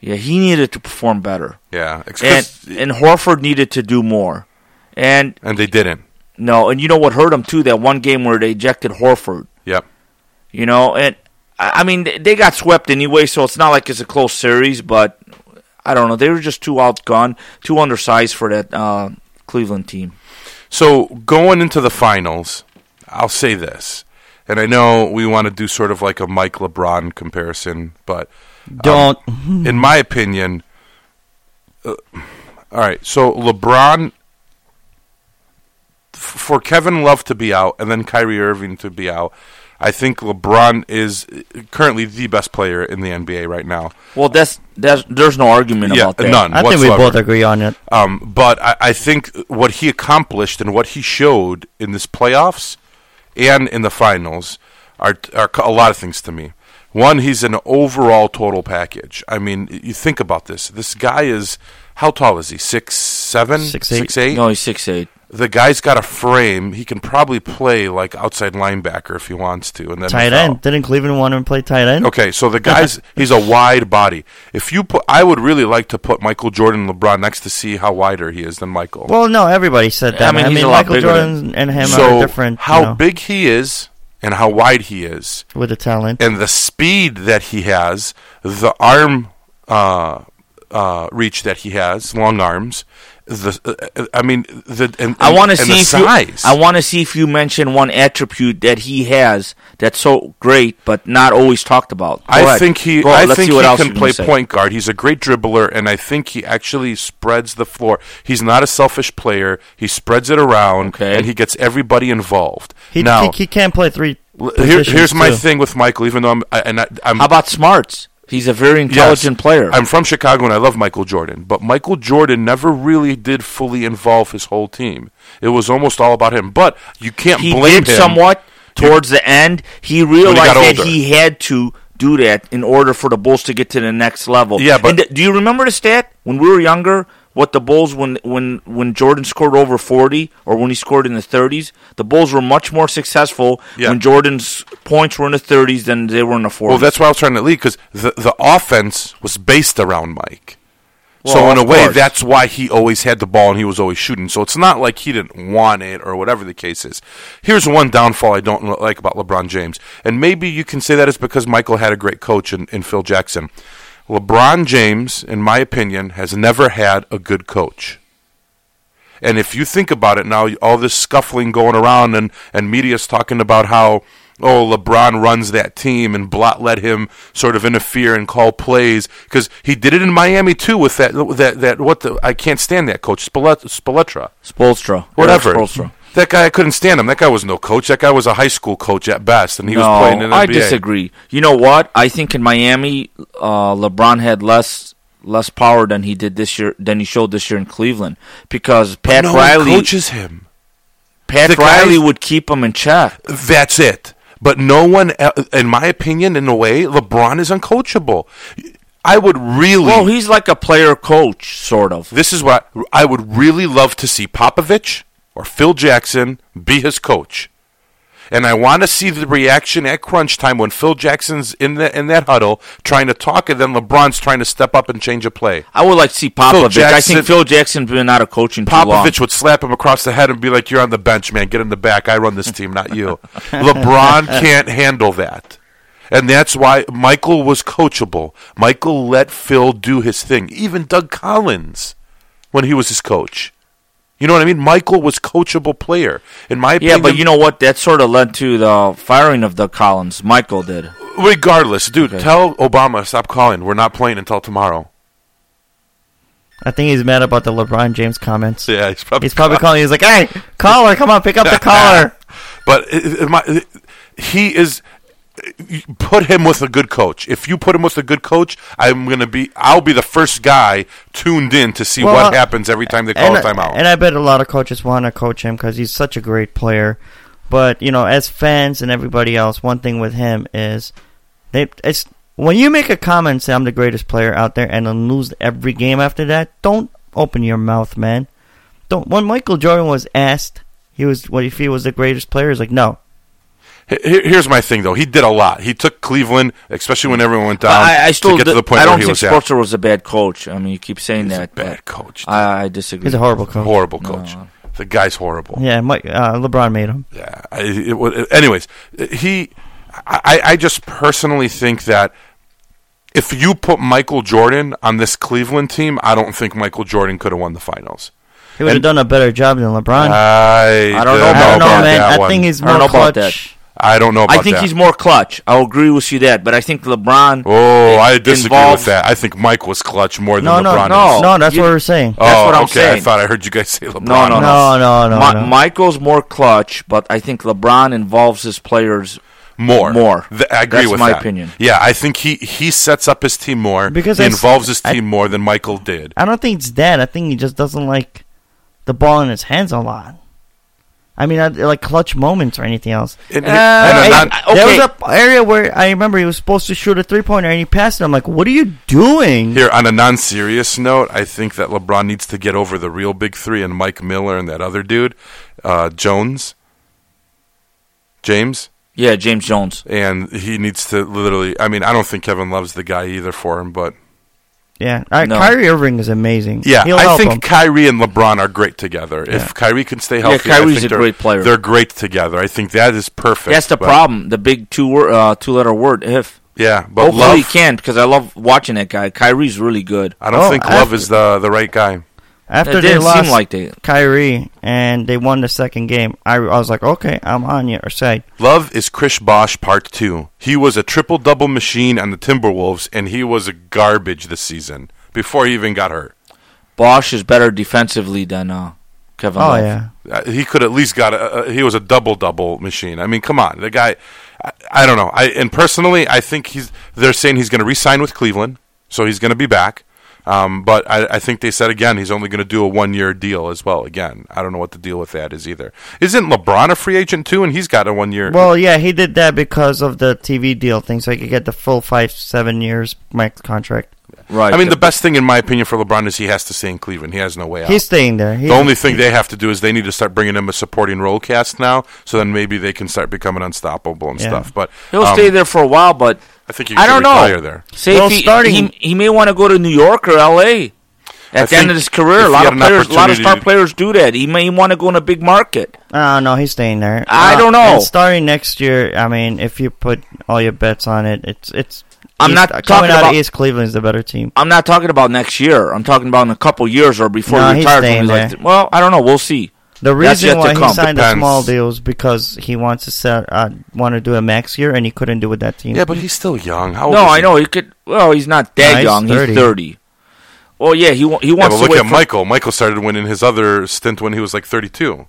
C: Yeah, he needed to perform better,
A: Yeah, ex-
C: and
A: 'cause-
C: and Horford needed to do more. And
A: and they didn't.
C: No, and you know what hurt them too? That one game where they ejected Horford.
A: Yep.
C: You know, and I I mean they they got swept anyway, so it's not like it's a close series. But I don't know. They were just too outgunned, too undersized for that uh, Cleveland team.
A: So going into the finals, I'll say this, and I know we want to do sort of like a Mike LeBron comparison, but
D: Don't.
A: in my opinion, uh, all right. So LeBron, f- for Kevin Love to be out and then Kyrie Irving to be out, I think LeBron is currently the best player in the NBA right now.
C: Well, that's that's there's no argument
A: Yeah,
C: about that.
A: none.
D: I think we
A: whatsoever.
D: both agree on it.
A: Um, but I, I think what he accomplished and what he showed in this playoffs and in the finals are are a lot of things to me. One, he's an overall total package. I mean, you think about this. This guy is how tall is he? Six seven,
D: Six, eight.
A: six, eight?
C: No, he's six eight.
A: The guy's got a frame. He can probably play like outside linebacker if he wants to, and then
D: Tight
A: foul.
D: end. Didn't Cleveland want him to play tight end?
A: oh. Okay, so the guy's he's a wide body. If you put, I would really like to put Michael Jordan, and LeBron next to see how wider he is than Michael.
D: Well, no, everybody said that.
C: I
D: I
C: mean,
D: mean,
C: he's a lot
D: Michael
C: bigger
D: Jordan and him
A: so
D: are different.
A: how
D: you know,
A: big he is and how wide he is
D: with the talent?
A: and the speed that he has the arm uh, uh, reach that he has long arms the uh, uh, i mean the and,
C: I want to
A: and
C: see
A: the
C: if you,
A: size
C: I want to see if you mention one attribute that he has that's so great but not always talked about. Go
A: I
C: ahead.
A: think he.
C: Go,
A: I
C: let's
A: think
C: see what
A: he
C: else
A: can
C: you're
A: play
C: gonna say.
A: point guard. He's a great dribbler, and I think he actually spreads the floor. He's not a selfish player. He spreads it around,
C: Okay.
A: and he gets everybody involved.
D: He,
A: now,
D: he, he can't play three.
A: l- here-
D: positions,
A: here's my
D: too.
A: thing with Michael. Even though I'm, I, and I, I'm
C: How about smarts? He's a very intelligent
A: Yes.
C: player.
A: I'm from Chicago and I love Michael Jordan, but Michael Jordan never really did fully involve his whole team. It was almost all about him. But you can't
C: he
A: blame
C: did
A: him.
C: somewhat towards the end. He realized
A: got
C: that
A: older.
C: he had to do that in order for the Bulls to get to the next level.
A: Yeah, but-
C: And th- do you remember the stat when we were younger? What the Bulls when when when Jordan scored over forty or when he scored in the thirties, the Bulls were much more successful
A: Yeah.
C: when Jordan's points were in the thirties than they were in the forties.
A: Well, that's why I was trying to lead because the the offense was based around Mike. so
C: Well,
A: in a
C: of
A: way,
C: course.
A: that's why he always had the ball and he was always shooting. So it's not like he didn't want it or whatever the case is. Here's one downfall I don't like about LeBron James, and maybe you can say that is because Michael had a great coach in, in Phil Jackson. LeBron James, in my opinion, has never had a good coach. And if you think about it now, all this scuffling going around and, and media's talking about how, oh, LeBron runs that team and Blot let him sort of interfere and call plays because he did it in Miami too with that, that, that what the, I can't stand that coach, Spolet- Spoletra,
C: Spolstra, Eric
A: whatever.
C: Spoelstra.
A: That guy, I couldn't stand him. That guy was no coach. That guy was a high school coach at best, and he was playing in the
C: I
A: NBA.
C: disagree. You know what? I think in Miami, uh, LeBron had less less power than he did this year than he showed this year in Cleveland because Pat
A: No one
C: Riley
A: coaches him. the
C: Pat
A: guys-
C: Riley would keep him in check.
A: That's it. But no one, el- in my opinion, in a way, LeBron is uncoachable. I would really.
C: Well, he's like a player coach, sort of.
A: this is what I would really love to see Popovich or Phil Jackson be his coach. And I want to see the reaction at crunch time when Phil Jackson's in the in that huddle trying to talk, and then LeBron's trying to step up and change a play.
C: I would like to see Popovich. I
A: Jackson-
C: think Phil Jackson's been out of coaching too long.
A: Popovich would slap him across the head and be like, "You're on the bench, man. Get in the back. I run this team, not you." LeBron can't handle that. And that's why Michael was coachable. Michael let Phil do his thing. Even Doug Collins when he was his coach. You know what I mean? Michael was coachable player. In my
C: Yeah,
A: opinion,
C: but you know what? That sort of led to the firing of the Collins. Michael did.
A: regardless, dude, tell Obama stop calling. We're not playing until tomorrow.
D: I think he's mad about the LeBron James comments.
A: Yeah, he's probably
D: He's probably calling. He's like, "Hey, caller, come on, pick up the caller."
A: But i- i- my, he is. you Put him with a good coach. If you put him with a good coach, I'm gonna be. I'll be the first guy tuned in to see
D: Well,
A: what
D: uh,
A: happens every time they call a
D: and,
A: timeout.
D: and I bet a lot of coaches want to coach him because he's such a great player. But you know, as fans and everybody else, one thing with him is they it's when you make a comment and say I'm the greatest player out there and then lose every game after that, don't open your mouth, man. Don't. When Michael Jordan was asked, he was what if he was the greatest player? He's like, no.
A: He- he- Here's my thing, though. He did a lot. He took Cleveland, especially when everyone went down.
C: I, I still
A: to get
C: d-
A: to the point
C: I don't
A: where he
C: think
A: was at.
C: Sportster was a bad coach. I mean, you keep saying
A: He's a
C: that.
A: bad
C: but
A: coach.
C: I, I disagree.
D: He's a horrible coach.
A: horrible coach. The guy's horrible.
D: Yeah, Mike, uh, LeBron made him.
A: Yeah. I- It, wa- anyways, he. I, I just personally think that if you put Michael Jordan on this Cleveland team, I don't think Michael Jordan could have won the finals.
D: He would have
A: And-
D: done a better job than LeBron.
A: I,
C: I don't know
D: I don't know,
A: about
D: man.
A: that
D: I
A: one.
D: think he's
C: I don't
D: more
C: know about
D: clutch.
A: I don't know about
C: I think
A: that.
C: he's more clutch. I'll agree with you that, but I think LeBron.
A: Oh, I disagree
C: involved-
A: with that. I think Mike was clutch more than
D: No, no,
A: LeBron
C: no.
A: is.
D: No, that's
C: You-
D: what we're saying.
A: Oh,
C: That's what I'm
A: okay. I
C: saying.
A: thought I heard you guys say LeBron.
C: no,
D: No, no, no,
C: Ma-
D: no.
C: Michael's more clutch, but I think LeBron involves his players.
A: more,
C: More.
A: Th- I agree
C: That's
A: with
C: my
A: that.
C: opinion.
A: Yeah, I think he he sets up his team more
D: Because
A: he
D: I s-
A: involves his
D: I-
A: team more than Michael did.
D: I don't think it's that. I think he just doesn't like the ball in his hands a lot. I mean, I, like clutch moments or anything else.
A: And-
C: Uh,
A: and I'm
C: I-
A: not-
C: I- okay.
D: There was a p- area where I remember he was supposed to shoot a three pointer and he passed it. I'm like, what are you doing?
A: Here, on a non serious note, I think that LeBron needs to get over the real big three and Mike Miller and that other dude, uh, Jones, James.
C: Yeah, James Jones.
A: And he needs to literally. I mean, I don't think Kevin loves the guy either for him, but
D: Yeah, All right,
C: No.
D: Kyrie Irving is amazing.
A: yeah,
D: He'll
A: I
D: help
A: think
D: him.
A: Kyrie and LeBron are great together. If Kyrie can stay healthy, I
C: Kyrie's
A: think
C: a
A: they're-
C: great player.
A: They're great together. I think that is perfect.
C: That's the
A: but-
C: problem. The big two word, uh, two letter word if.
A: Yeah, but
C: Hopefully
A: love.
C: he can because I love watching that guy. Kyrie's really good.
A: I don't
D: Oh,
A: think
D: I-
A: love is the the right guy.
D: After
C: it
D: they
C: didn't
D: lost
C: seem like they.
D: Kyrie and they won the second game, I, I was like, okay, I'm on your side.
A: Love is Chris Bosch Part Two. He was a triple double machine on the Timberwolves, and he was a garbage this season before he even got hurt.
C: Bosch is better defensively than uh, Kevin.
D: Oh
C: Love.
D: yeah,
A: Uh, he could at least got a, a he was a double double machine. I mean, come on, the guy. I, I don't know. I and personally, I think he's. They're saying he's going to re-sign with Cleveland, so he's going to be back. Um, but I, I think they said again he's only going to do a one year deal as well. Again, I don't know what the deal with that is either. Isn't LeBron a free agent too? And he's got a one year.
D: well, yeah, he did that because of the TV deal thing, so he could get the full five, seven years max contract.
C: right.
A: I mean, the best thing in my opinion for LeBron is he has to stay in Cleveland. He has no way out.
D: He's staying there. He,
A: the only thing they have to do is they need to start bringing him a supporting role cast now, so then maybe they can start becoming unstoppable and
D: Yeah.
A: stuff. But
C: he'll
A: um,
C: stay there for a while, but
A: I think he
C: I
A: should
C: don't know.
A: retire there.
C: Say
D: Well,
C: if he,
D: starting-
C: he he may want to go to New York or L.A. At
A: I
C: the end
A: think
C: of his career,
A: if
C: a
A: he
C: lot
A: had
C: of
A: an
C: players, a lot of
A: opportunity
C: star
A: to-
C: players do that. He may want to go in a big market.
D: Oh no, he's staying there.
C: I
D: Uh,
C: don't know.
D: and starting next year, I mean, if you put all your bets on it, it's it's.
C: I'm
D: East-
C: not
D: coming
C: talking
D: out
C: about-
D: of East Cleveland's the better team.
C: I'm not talking about next year. I'm talking about in a couple years or before
D: No,
C: he
D: he's
C: retires. when
D: staying
C: he's
D: there.
C: like, well, I don't know. We'll see.
D: The
C: That's yet
D: reason
C: to
D: why he
C: come.
D: signed the
A: Depends.
D: small deal is because he wants to set, uh, want to do a max year, and he couldn't do with that team.
A: Yeah, but he's still young. How old
C: No,
A: is
C: I
A: he?
C: know he could. Well, he's not that
D: No, he's
C: young.
D: 30.
C: He's thirty. Well, yeah, he wa- he
A: Yeah, but
C: wants to
A: look
C: wait
A: at
C: for-
A: Michael. Michael started winning his other stint when he was like 32.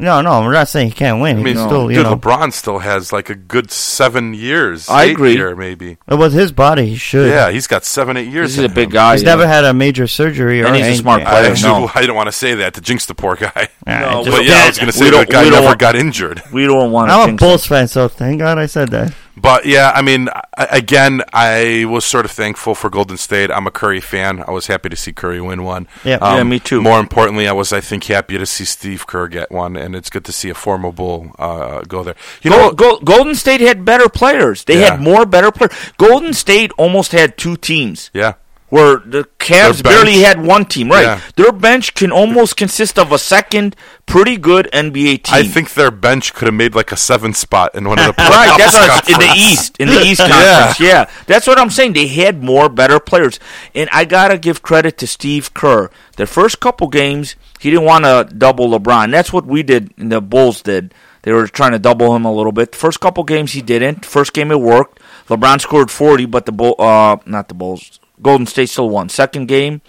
D: No, no, we're not saying he can't win.
A: I mean,
D: He's still, you
A: dude,
D: know,
A: LeBron still has like a good seven years.
C: I
A: eight
C: agree.
A: Year maybe.
D: with his body, he should.
A: Yeah, he's got seven, eight years.
C: He's a
A: in
C: big
A: him.
C: guy.
D: He's
C: yeah.
D: never had a major surgery or
C: And he's a
D: anything.
C: smart
A: I
C: player.
A: actually,
C: No.
A: I didn't want to say that to jinx the poor guy.
D: Alright,
C: No,
D: just-
A: But yeah, I was going to say
C: We
A: that
C: don't-
A: guy
C: we don't
A: never
C: want-
A: got injured.
C: We don't want.
D: I'm a Bulls fan, so thank God I said that.
A: But yeah, I mean, I- again, I was sort of thankful for Golden State. I'm a Curry fan. I was happy to see Curry win one. Um,
D: Yep.
C: Yeah, me too.
A: More importantly, I was, I think, happy to see Steve Kerr get one, and it's good to see a formal bull uh, go there. You know,
C: Gol-
A: what-
C: Gol- Golden State had better players. They
A: Yeah.
C: had more better players. Golden State almost had two teams.
A: yeah,
C: Where the Cavs
A: Their bench-
C: barely had one team, right?
A: Yeah.
C: Their bench can almost consist of a second pretty good NBA team.
A: I think their bench could have made like a seven spot in one of the playoffs.
C: right. That's what I was- in the E- East, in the East Conference. Yeah. that's what I'm saying. They had more better players, and I gotta give credit to Steve Kerr. The first couple games, he didn't want to double LeBron. That's what we did. And the Bulls did. They were trying to double him a little bit. First couple games, he didn't. First game, it worked. LeBron scored 40, but the Bull, uh, not the Bulls, Golden State still won. Second game,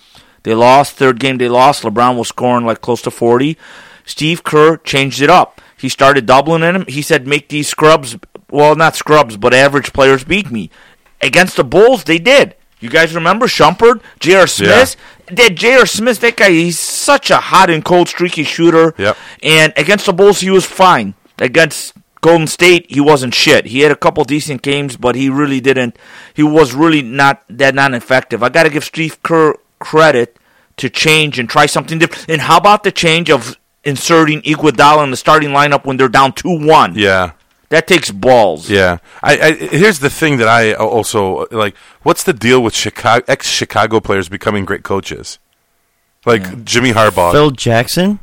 C: they lost. Third game, they lost. LeBron was scoring like close to 40. Steve Kerr changed it up. He started doubling in him. He said, make these scrubs, well, not scrubs, but average players beat me. Against the Bulls, they did. You guys remember Shumpert, J.R. Smith? That J.R. Smith, that guy, he's such a hot and cold, streaky shooter.
A: Yep.
C: And against the Bulls, he was fine. Against Golden State, he wasn't shit. He had a couple decent games, but he really didn't. He was really not that non effective. I got to give Steve Kerr credit to change and try something different. And how about the change of inserting Iguodala in the starting lineup when they're down 2 1?
A: Yeah.
C: That takes balls.
A: Yeah, I, I here's the thing that I also like. What's the deal with Chicago ex Chicago players becoming great coaches? Like Jimmy Harbaugh.
D: Phil Jackson?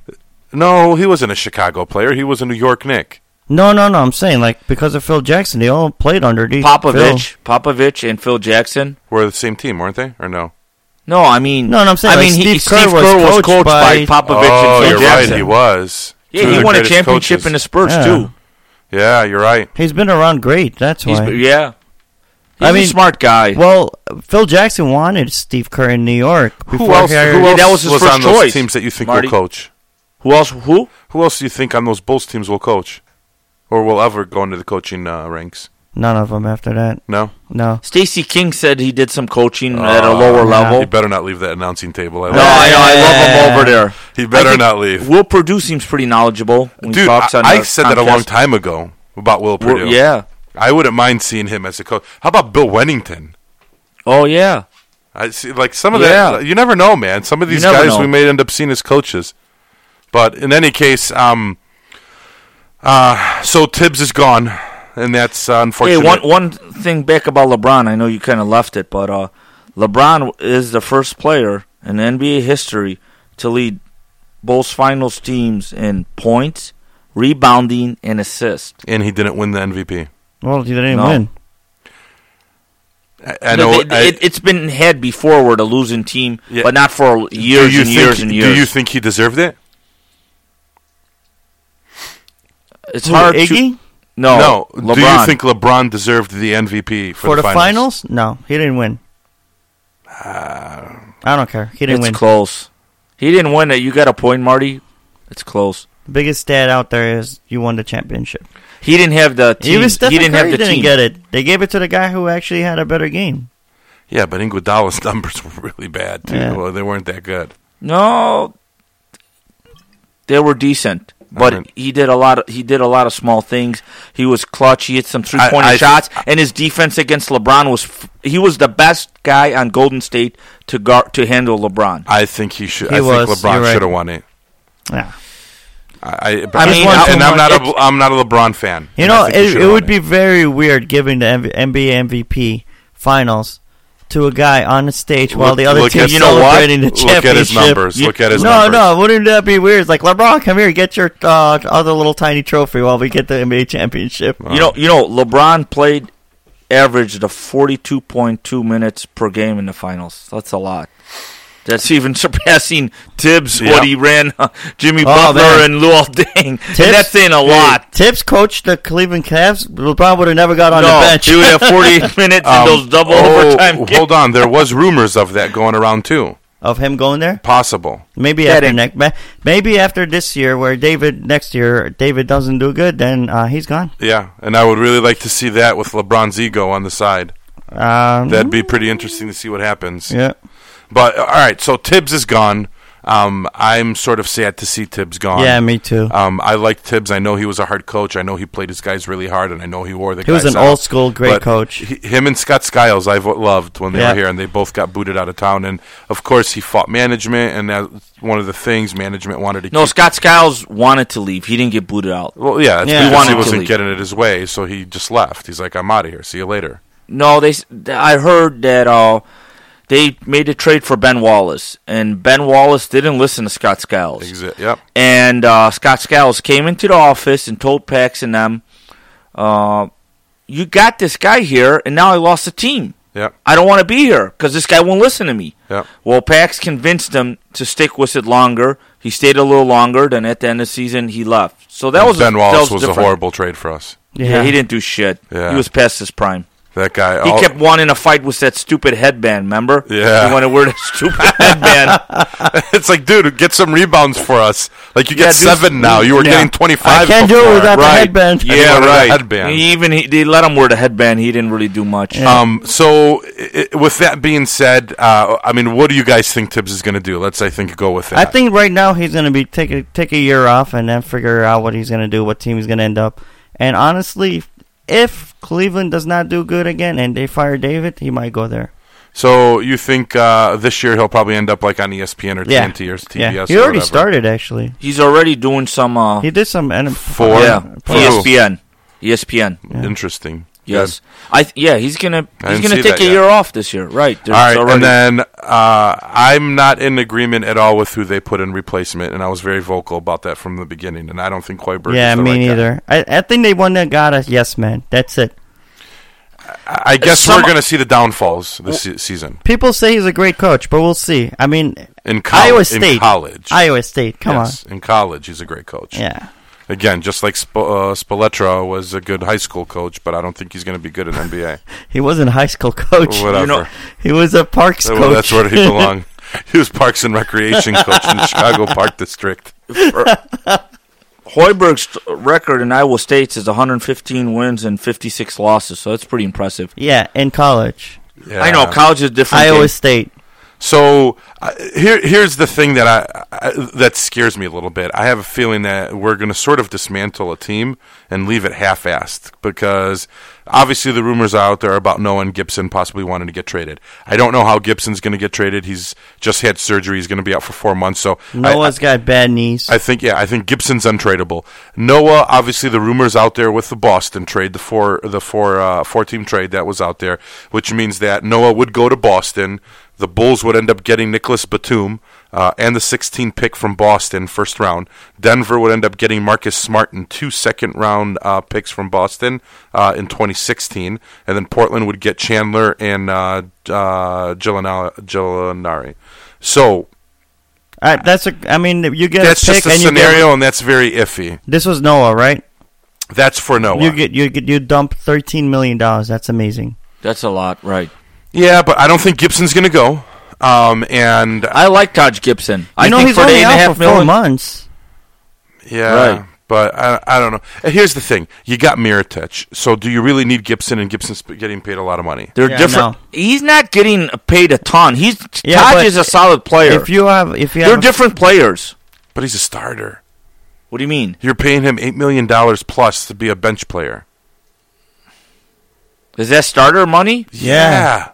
A: no, he wasn't a Chicago player. He was a New York Nick.
D: No, no, no. I'm saying like because of Phil Jackson, they all played underneath Phil.
C: Popovich, Popovich, and Phil Jackson.
A: Were the same team, weren't they? Or no?
C: No, I mean,
D: No, no, I'm saying,
C: I
D: like,
C: mean, he,
D: Steve Kerr was coached by-
C: Popovich
A: oh,
C: and Phil
A: you're
C: Jackson.
A: right. He was. Two
C: Yeah,
A: of
C: he
A: the
C: won a
A: greatest
C: championship
A: coaches.
C: in the Spurs
D: Yeah.
C: too.
A: Yeah, you're right.
D: He's been around great. That's
C: He's,
D: why.
C: yeah, he's
D: I mean,
C: a smart guy.
D: Well, Phil Jackson wanted Steve Kerr in New York before
A: Who else?
D: he hired-
A: Who
C: Yeah,
A: else
C: that was his first
A: on those
C: choice,
A: teams that you think
C: Marty.
A: will coach?
C: who else? Who?
A: Who else do you think on those Bulls teams will coach, or will ever go into the coaching uh, ranks?
D: None of them after that.
A: No,
D: No.
C: Stacy King said he did some coaching at a
A: Uh,
C: lower level.
A: He better not leave that announcing table. I
C: No,
A: love-
C: I know. I love him over there.
A: he better
C: I think
A: not leave.
C: Will Purdue seems pretty knowledgeable. When he
A: Dude, I,
C: talks on
A: I
C: the
A: said that a long
C: contest.
A: time ago about Will
C: We're-
A: Purdue.
C: Yeah.
A: I wouldn't mind seeing him as a coach. How about Bill Wennington?
C: Oh yeah.
A: I see, like some of
C: Yeah.
A: that. You never know, man. Some of these
C: never
A: guys
C: know.
A: we may end up seeing as coaches. But in any case, um, uh, so Tibbs is gone, and that's uh,
C: Hey,
A: unfortunate.
C: one one thing back about LeBron. I know you kind of left it, but uh, LeBron is the first player in NBA history to lead both finals teams in points, rebounding, and assist.
A: and he didn't win the MVP.
D: Well, they didn't
C: No.
D: win.
A: I, I know.
C: it,
A: I-
C: has been had before with a losing team,
A: Yeah.
C: but not for years
A: do you
C: and
A: think,
C: years and
A: Do
C: years.
A: you think he deserved it?
C: it's
D: Who,
C: hard to
D: Iggy
C: no,
A: no.
C: LeBron.
A: Do you think LeBron deserved the MVP for,
D: for, the finals? No, he didn't win.
A: Uh,
D: I don't care. He didn't
C: it's
D: win.
C: close? He didn't win it. You got a point, Marty. It's close.
D: Biggest stat out there is you won the championship.
C: He didn't have the team.
D: Even Stephen
C: he didn't have
D: Curry
C: the
D: didn't
C: team.
D: get it. They gave it to the guy who actually had a better game.
A: Yeah, but Iguodala's numbers were really bad too.
D: Yeah.
A: Well, they weren't that good.
C: No, they were decent, but
A: Alright.
C: he did a lot. Of, he did a lot of small things. He was clutch. He hit some three
A: I- I-
C: pointer shots, and his defense against LeBron was. f- He was the best guy on Golden State to guard to handle LeBron.
A: I think he should.
D: He
A: I
D: was,
A: think LeBron
D: you're right.
A: should have won it.
D: Yeah.
A: I, I,
C: I
A: I
C: mean,
A: mean,
C: I-
A: and I'm not
C: it's-
A: a I'm not a LeBron fan.
D: You
A: and I
D: know,
A: think he
D: it,
A: should
D: it
A: have
D: would
A: won
D: be very weird giving the MV- NBA MVP finals to a guy on the stage while the other
A: look
D: team
A: at-
D: is
A: you know what?
D: celebrating the
A: Look
D: championship.
A: at his numbers. Look at his
D: no,
A: numbers.
D: No, wouldn't that be weird? It's like, LeBron, come here, get your uh, other little tiny trophy while we get the NBA championship.
C: You know, you know, LeBron played averaged the forty-two point two minutes per game in the finals. That's a lot. That's even surpassing Tibbs
A: Yeah.
C: what he ran uh, Jimmy
D: Oh,
C: Butler
D: man.
C: and Luol Deng. And that's saying a
D: dude,
C: lot.
D: Tibbs coached the Cleveland Cavs. LeBron would have never got on
C: no,
D: the bench.
C: He would have 48 minutes
D: Um,
C: in those double
A: oh,
C: overtime games.
A: Hold on, there was rumors of that going around too.
D: of him going there.
A: Possible.
D: Maybe
C: That
D: after
C: ain't-
D: next, ma- maybe after this year, where David next year David doesn't do good, then uh, he's gone.
A: Yeah, and I would really like to see that with LeBron's ego on the side.
D: Um,
A: That'd be pretty interesting to see what happens.
D: yeah.
A: But all right, so Tibbs is gone. Um, I'm sort of sad to see Tibbs gone.
D: Yeah, me too.
A: Um, I like Tibbs. I know he was a hard coach. I know he played his guys really hard, and I know he wore the.
D: He was
A: guys
D: an
A: out.
D: old school great
A: But
D: coach.
A: he- him and Scott Skiles, I've loved when they
D: Yeah.
A: were here, and they both got booted out of town. And of course, he fought management, and that's one of the things management wanted to.
C: No,
A: keep.
C: Scott Skiles wanted to leave. He didn't get booted out.
A: Well, yeah, it's
D: Yeah. He
A: because he
C: wanted to
A: wasn't
C: leave.
A: getting it his way, so he just left. He's like, "I'm out of here. See you later."
C: No, they. s- I heard that uh, they made a trade for Ben Wallace, and Ben Wallace didn't listen to Scott Skiles.
A: Exit. Yep.
C: And uh, Scott Skiles came into the office and told Pax and them, uh, "You got this guy here, and now I lost the team.
A: Yep.
C: I don't want to be here because this guy won't listen to me."
A: Yep.
C: Well, Pax convinced him to stick with it longer. He stayed a little longer. Then at the end of the season, he left. So that
A: And
C: was
A: Ben Wallace
C: that was,
A: was, a
C: different.
A: horrible trade for us.
C: Yeah. he didn't do shit.
A: Yeah.
C: He was past his prime.
A: That guy. oh,
C: He
A: all-
C: kept wanting a fight with that stupid headband. Remember?
A: Yeah.
C: He wanted to wear that stupid headband.
A: it's like, dude, get some rebounds for us. Like you get
C: Yeah, dude.
A: seven now. You were
C: Yeah.
A: getting twenty
D: I
A: five.
D: can't do it without the headband.
A: Yeah,
C: Yeah,
A: right.
C: right.
A: Headband.
C: He even he, they let him wear the headband. He didn't really do much.
A: Um, so, i i- with that being said, uh, I mean, what do you guys think Tibbs is going to do? Let's, I think, go with that.
D: I think right now he's gonna be take a, take a year off and then figure out what he's gonna do, what team he's gonna end up. And honestly, if Cleveland does not do good again and they fire David, he might go there.
A: so. You think uh, this year he'll probably end up like on E ESPN or
D: Yeah.
A: TNT or TBS?
D: Yeah,
A: or
D: he already
A: whatever.
D: started actually.
C: He's already doing some. Uh,
D: He did some and
A: Four.
C: yeah, E
A: For who?
C: ESPN. ESPN.
A: Interesting.
C: Yes, I th- yeah he's gonna
A: I
C: he's
A: didn't
C: gonna
A: see
C: take
A: that
C: a
A: yet.
C: year off this year, right? There's
A: All right,
C: already-
A: and then uh, I'm not in agreement at all with who they put in replacement, and I was very vocal about that from the beginning. And I don't think Hoiberg.
D: yeah,
A: is the
D: me
A: right guy.
D: neither. I, I think they won that got us. Yes, man. That's it.
A: I I guess
C: Some-
A: we're going to see the downfalls this se- season
D: People say he's a great coach, but we'll see. I mean,
A: in college.
D: Iowa State.
A: in college.
D: Iowa State. Come
A: yes, in college, he's a great coach.
D: on. Yeah.
A: Again, just like Sp- uh, Spoletra was a good high school coach, but I don't think he's going to be good in NBA.
D: He wasn't a high school coach.
A: Whatever.
C: You know-
D: He was a parks
A: Well,
D: coach.
A: that's where he belonged. He was Parks and Recreation coach in the Chicago Park District.
C: Hoiberg's record in Iowa State's is 115 wins and 56 losses, so that's pretty impressive.
D: yeah, in college.
C: I know
A: Yeah.
C: college is different.
D: Iowa
C: game.
D: State.
A: So uh, here, here's the thing that I, I that scares me a little bit. I have a feeling that we're going to sort of dismantle a team and leave it half-assed because obviously the rumors are out there about Noah and Gibson possibly wanting to get traded. I don't know how Gibson's going to get traded. He's just had surgery. He's going to be out for four months. So I-
D: Noah's got bad knees.
A: I think yeah, I think Gibson's untradeable. Noah, obviously the rumors out there with the Boston trade, the four the four uh, four team trade that was out there, which means that Noah would go to Boston. The Bulls would end up getting Nicholas Batum uh, and the 16 pick from Boston first round. Denver would end up getting Marcus Smart and two second round uh, picks from Boston uh, in 2016, and then Portland would get Chandler and uh, uh, Gallinari- Gallinari. So
D: I, that's a. I mean, you get
A: that's
D: a pick
A: just a
D: and you get-
A: scenario, and that's very iffy.
D: this was Noah, right?
A: That's for Noah.
D: You get you get you dump thirteen million dollars. That's amazing.
C: That's a lot, right?
A: yeah, but I don't think Gibson's going to go. Um, and uh,
C: I like Taj Gibson. I
D: you know
C: think
D: he's
C: for the
D: only
C: eight and a
D: out
C: half
D: for four
C: million-
D: months.
A: yeah,
C: Right.
A: but I, I don't know. And here's the thing: you got Miritich, so do you really need Gibson? And Gibson's p- getting paid a lot of money.
C: They're
D: Yeah,
C: different.
D: no.
C: He's not getting paid a ton. He's
D: Yeah,
C: Taj
D: but
C: is a solid player.
D: If you have, if you
C: They're
D: have,
C: different players.
A: But he's a starter.
C: What do you mean?
A: You're paying him eight million dollars plus to be a bench player.
C: Is that starter money?
D: Yeah.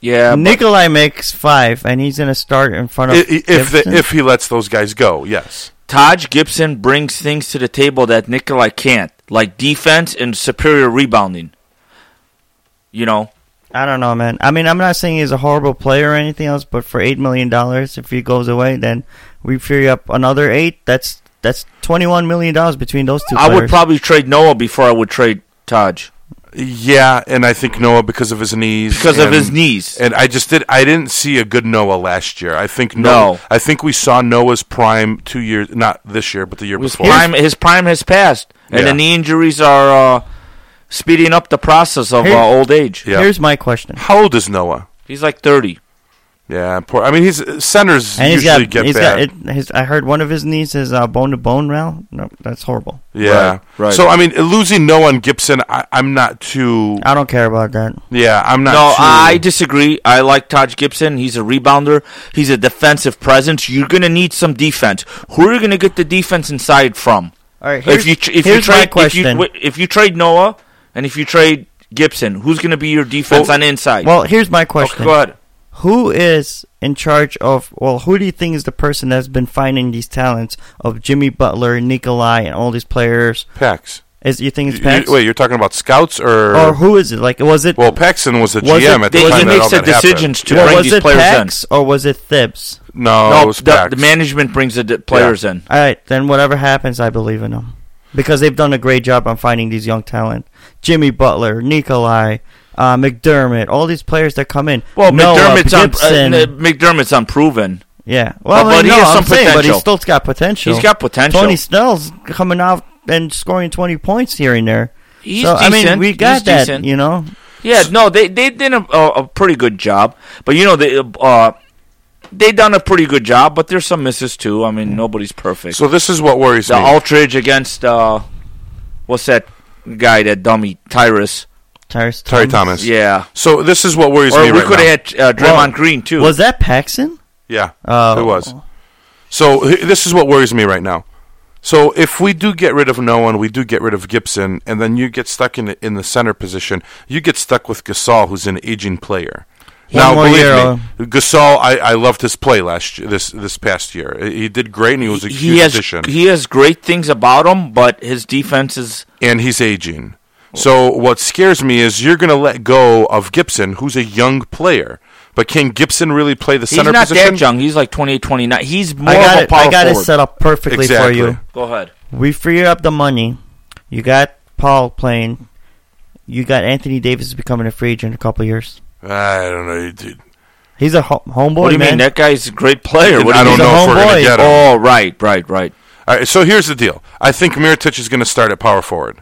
C: Yeah. but-
D: Nikolai makes five, and he's gonna start in front
A: I-
D: of.
A: i- If the,
D: Gibson.
A: if he lets those guys go, yes.
C: Taj Gibson brings things to the table that Nikolai can't, like defense and superior rebounding. You know,
D: I don't know, man. I mean, I'm not saying he's a horrible player or anything else, but for eight million dollars, if he goes away, then we free up another eight. That's that's twenty one million dollars between those two.
C: I would
D: players.
C: probably trade Noah before I would trade Taj
A: Yeah, and I think Noah because of his knees.
C: because of
A: and-
C: his knees.
A: And I just did. I didn't see a good Noah last year. I think
C: No.
A: Noah, I think we saw Noah's prime two years, not this year, but the year
C: His
A: before.
C: prime, his prime has passed, and
A: Yeah.
C: the knee injuries are uh, speeding up the process of
D: Here-
C: uh, old age.
A: Yeah.
D: Here's my question.
A: How old is Noah?
C: He's like thirty.
A: Yeah, poor. I mean, he's centers
D: And he's
A: usually
D: got,
A: get
D: he's got
A: bad.
D: it, his, I heard one of his knees is uh, bone to bone now. No, that's horrible.
A: yeah,
C: Right, right.
A: So I mean, losing Noah and Gibson, I, I'm not too.
D: I don't care about that.
A: Yeah, I'm not.
C: No,
A: too,
C: I disagree. I like Taj Gibson. He's a rebounder. He's a defensive presence. You're gonna need some defense. Who are you gonna get the defense inside from?
D: All right,
C: If
D: here's,
C: you tr- if you
D: here's my
C: trade if you,
D: question.
C: w- if you trade Noah and if you trade Gibson, who's gonna be your defense
A: Well-
C: on the inside?
D: well, here's my
C: okay,
D: question.
C: go ahead.
D: who is in charge of well who do you think is the person that's been finding these talents of jimmy butler nikolai and all these players
A: Pax.
D: is you think it's
A: You-
D: Pax?
A: you- wait, you're talking about scouts or?
D: or who is it like was it
A: well, Paxton was the
D: Was
A: GM
D: it-
A: at the
C: They,
A: time
C: he
A: that
C: makes
A: all
C: the
A: that
C: decisions to
A: happened.
C: bring
D: was
C: these
D: it
C: players
D: Pax or was it thibs
A: No,
C: in.
A: Oh, it
C: No,
A: was
C: the,
A: Pax.
C: the management brings the d- players in.
D: all right then whatever happens i believe in them because they've done a great job on finding these young talent jimmy butler nikolai uh, McDermott, all these players that come in.
C: Well,
D: Noah,
C: McDermott's un-
D: Gibson,
C: uh, McDermott's unproven.
D: yeah. Well,
C: but he
D: no,
C: has
D: I'm
C: some
D: saying, but
C: potential.
D: he's still got potential.
C: He's got potential.
D: Tony Snell's coming out and scoring 20 points here and there.
C: He's
D: so, I mean,
C: decent.
D: we got
C: He's
D: that,
C: decent.
D: you know?
C: Yeah, no, they they did a, a, a pretty good job, but you know they uh, they done a pretty good job, but there's some misses too. I mean, nobody's perfect.
A: So this is what worries
C: the
A: me.
C: Altridge against uh, what's that guy that dummy Tyrus?
D: Tyrese
A: Terry Thomas.
C: Yeah,
A: So this is what worries
C: or
A: me
C: we
A: right
C: could
A: now.
C: have had uh, Draymond
D: Well,
C: Green too.
D: Was that Paxson?
A: yeah.
D: Oh.
A: It was. So h- this is what worries me right now. So if we do get rid of Noah and we do get rid of Gibson, and then you get stuck in the, in the center position, you get stuck with Gasol, who's an aging player.
D: One
A: now,
D: more
A: believe
D: year,
C: uh,
A: me, Gasol, I, I loved his play last year, this this past year. He he did great, and he was a
C: he
A: huge
C: has
A: addition.
C: he has great things about him, but his defense is
A: and he's aging.
C: Oh.
A: So what scares me is you're going to let go of Gibson, who's a young player. But can Gibson really play the
C: He's
A: center
C: not
A: position?
C: that young. He's like 28, 29. He's more
D: I got
C: of a
D: it.
C: power
D: I got it
C: forward.
D: set up perfectly
A: Exactly.
D: for you.
C: Go ahead.
D: We free up the money. You got Paul playing. You got Anthony Davis becoming a free agent in a couple of years.
A: I don't know, dude.
D: He's a ho- homeboy.
C: what do you
D: Oh, man.
C: mean? That guy's a great player. What do
A: I don't
C: you mean?
D: He's a
A: know if we're going to
D: homeboy.
A: get him.
C: Oh, right, right, right.
A: All right, so here's the deal. I think Miritich is going to start at power forward.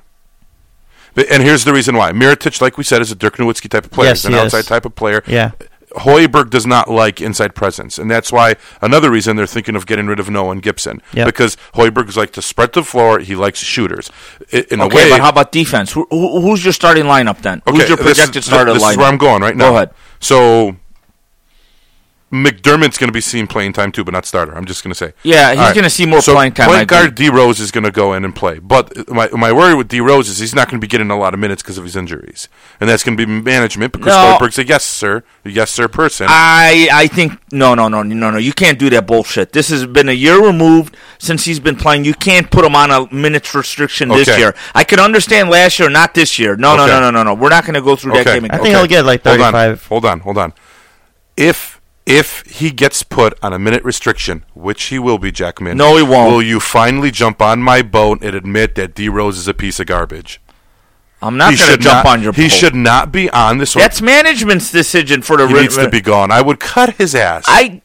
A: But- And here's the reason why. Miritich, like we said, is a Dirk Nowitzki type of player.
D: Yes,
A: He's an
D: he is.
A: outside type of player.
D: Yeah.
A: Hoiberg does not like inside presence, and that's why another reason they're thinking of getting rid of Noah and Gibson
D: Yep.
A: because Hoiberg likes to spread the floor. He likes shooters. I- In
C: Okay,
A: a way,
C: but how about defense? Who, who, who's your starting lineup then?
A: Okay,
C: who's your
A: this is-
C: projected starter
A: This
C: lineup?
A: is where I'm going right now.
C: Go ahead.
A: So McDermott's going to be seeing playing time too, but not starter. I'm just going to say.
C: Yeah, he's
A: All right.
C: gonna see more
A: so
C: playing time, I
A: Point guard D Rose is going to go in and play, but my my worry with D Rose is he's not going to be getting a lot of minutes because of his injuries, and that's going to be management because
C: No.
A: Hoiberg's a yes sir, a yes sir person.
C: I I think no no no no no you can't do that bullshit. This has been a year removed since he's been playing. You can't put him on a minutes restriction this
A: Okay.
C: year. I can understand last year, not this year. No no
A: Okay.
C: no no no no. We're not going to go through that
A: Okay.
C: game
D: I
C: again.
D: think he'll get like
A: Hold on,
D: 35.
A: Hold on, hold on. If if he gets put on a minute restriction, which he will be, Jackman.
C: No, he won't.
A: Will you finally jump on my boat and admit that D Rose is a piece of garbage?
C: I'm not
A: he
C: going to
A: should
C: jump
A: not-
C: on your.
A: He
C: poll.
A: should not be on this.
C: That's management's decision for the.
A: he
C: ri-
A: needs to be gone. I would cut his ass.
C: I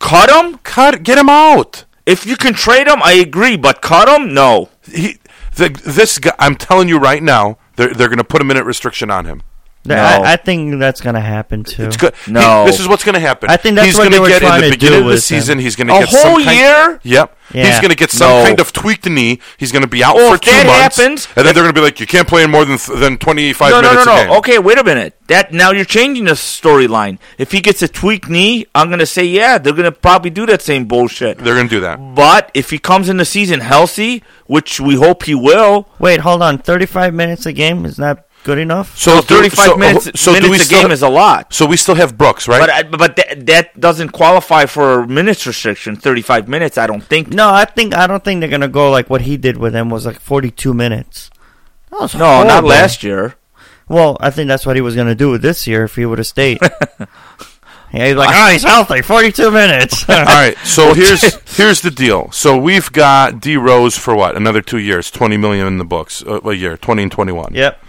C: cut him
A: cut. Get him out.
C: if you can trade him. I agree, but cut him no.
A: He, the, this guy. I'm telling you right now, they're they're going to put a minute restriction on him.
C: No.
D: Th- I, I think that's gonna happen too.
A: It's good.
C: No.
A: He- this is what's going to happen.
D: I think that's
A: he's
D: what
A: gonna
D: they were
A: get in
D: trying
A: the
D: to
A: beginning of
D: do
A: the
D: with
A: season.
D: him.
A: He's going to
C: A
A: get
C: whole
A: some kind-
C: year?
A: Yep. He's
D: Yeah.
A: going to get some
C: No.
A: kind of tweaked knee. He's going to be out
C: Well,
A: for
C: Oh, if
A: two
C: that
A: months,
C: happens-
A: and then they're going to be like, "You can't play in more than th- than twenty five
C: no,
A: minutes
C: no, no,
A: a game."
C: no. Okay, wait a minute. That now you're changing the storyline. If he gets a tweaked knee, I'm gonna say yeah, they're gonna probably do that same bullshit.
A: They're going to do that.
C: But if he comes in the season healthy, which we hope he will,
D: Wait, hold on. 35 minutes a game is not good enough.
A: So, do-
C: 35
A: so-
C: minutes,
A: So do we
C: minutes a
A: still
C: game is a lot.
A: So we still have Brooks, right?
C: But I, but that, that doesn't qualify for minutes restriction. 35 minutes, I don't think.
D: No, I think I don't think they're gonna go like what he did with him was like 42 minutes. That was
C: No, not
D: horrible.
C: last year.
D: Well, I think that's what he was going to do with this year if he would have stayed. yeah, he's like, oh, he's healthy, 42 minutes.
A: All right. So here's here's the deal. So we've got D Rose for what another two years, twenty million in the books uh, a year, twenty and twenty one.
D: yep.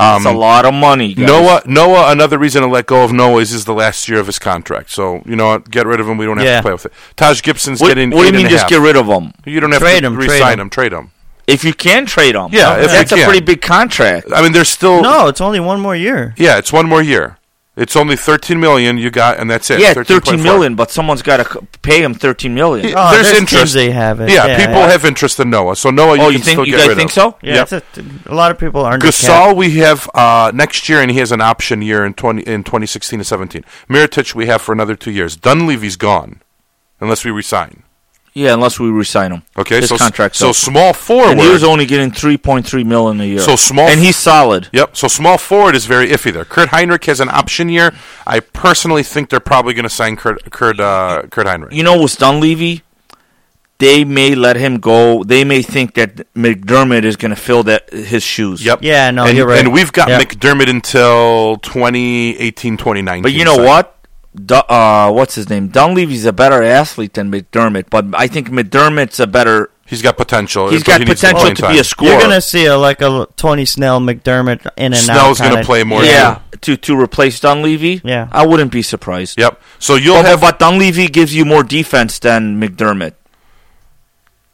C: It's
A: Um,
C: a lot of money. guys.
A: Noah, Noah. Another reason to let go of Noah is is the last year of his contract. So you know, what, get rid of him. We don't have
D: Yeah.
A: to play with it. Taj Gibson's
C: What,
A: getting.
C: what do you
A: eight and
C: mean
A: a
C: just
A: half.
C: get rid of him?
A: You don't have
D: Trade
A: to
D: him, trade
A: resign
D: him.
A: him. Trade him.
C: If you can trade him.
A: Yeah, if you
C: That's a
A: can.
C: pretty big contract.
A: I mean, there's still
D: No, it's only one more year.
A: Yeah, it's one more year. It's only thirteen million you got, and that's it.
C: Yeah,
A: 13.4.
C: 13 million, but someone's got to pay him 13 million.
D: Oh,
A: there's,
D: there's
A: interest.
D: teams they have it.
A: Yeah,
D: Yeah,
A: people
D: yeah.
A: have interest in Noah. So Noah, you
C: oh, you
A: can still
C: think you
A: get
C: guys
A: rid
C: think
A: of.
C: so?
D: Yeah,
A: Yep.
D: it's a, a lot of people are under cap.
A: Gasol, we have uh, next year, and he has an option year in twenty in twenty sixteen and seventeen. Miritich, we have for another two years. Dunleavy's gone, unless we resign.
C: Yeah, unless we resign him.
A: Okay,
C: his
A: so
C: contract's
A: so
C: up.
A: small forward.
C: and he was only getting 3.3 million a year.
A: So small-
C: and he's solid.
A: Yep. So small forward is very iffy there. Kurt Heinrich has an option year. I personally think they're probably going to sign Kurt Kurt uh, Kurt Heinrich.
C: You know, with Dunleavy, they may let him go. They may think that McDermott is going to fill that his shoes.
A: Yep.
D: Yeah, no,
A: and,
D: you're right.
A: And we've got
D: Yeah.
A: McDermott until 2018, 2019.
C: But you know
A: so-
C: what? Du- uh, what's his name? Dunleavy's a better athlete than McDermott, but I think McDermott's a better.
A: He's got potential.
C: He's
A: but
C: got
A: he needs
C: potential
A: playing
C: to
A: time.
C: be a scorer.
D: You're going to see a, like a Tony Snell, McDermott, in and out.
A: Snell's going to
D: kinda-
A: play more.
C: yeah, to to replace Dunleavy.
D: Yeah.
C: I wouldn't be surprised.
A: Yep. So you'll
C: But,
A: have
C: but Dunleavy gives you more defense than McDermott,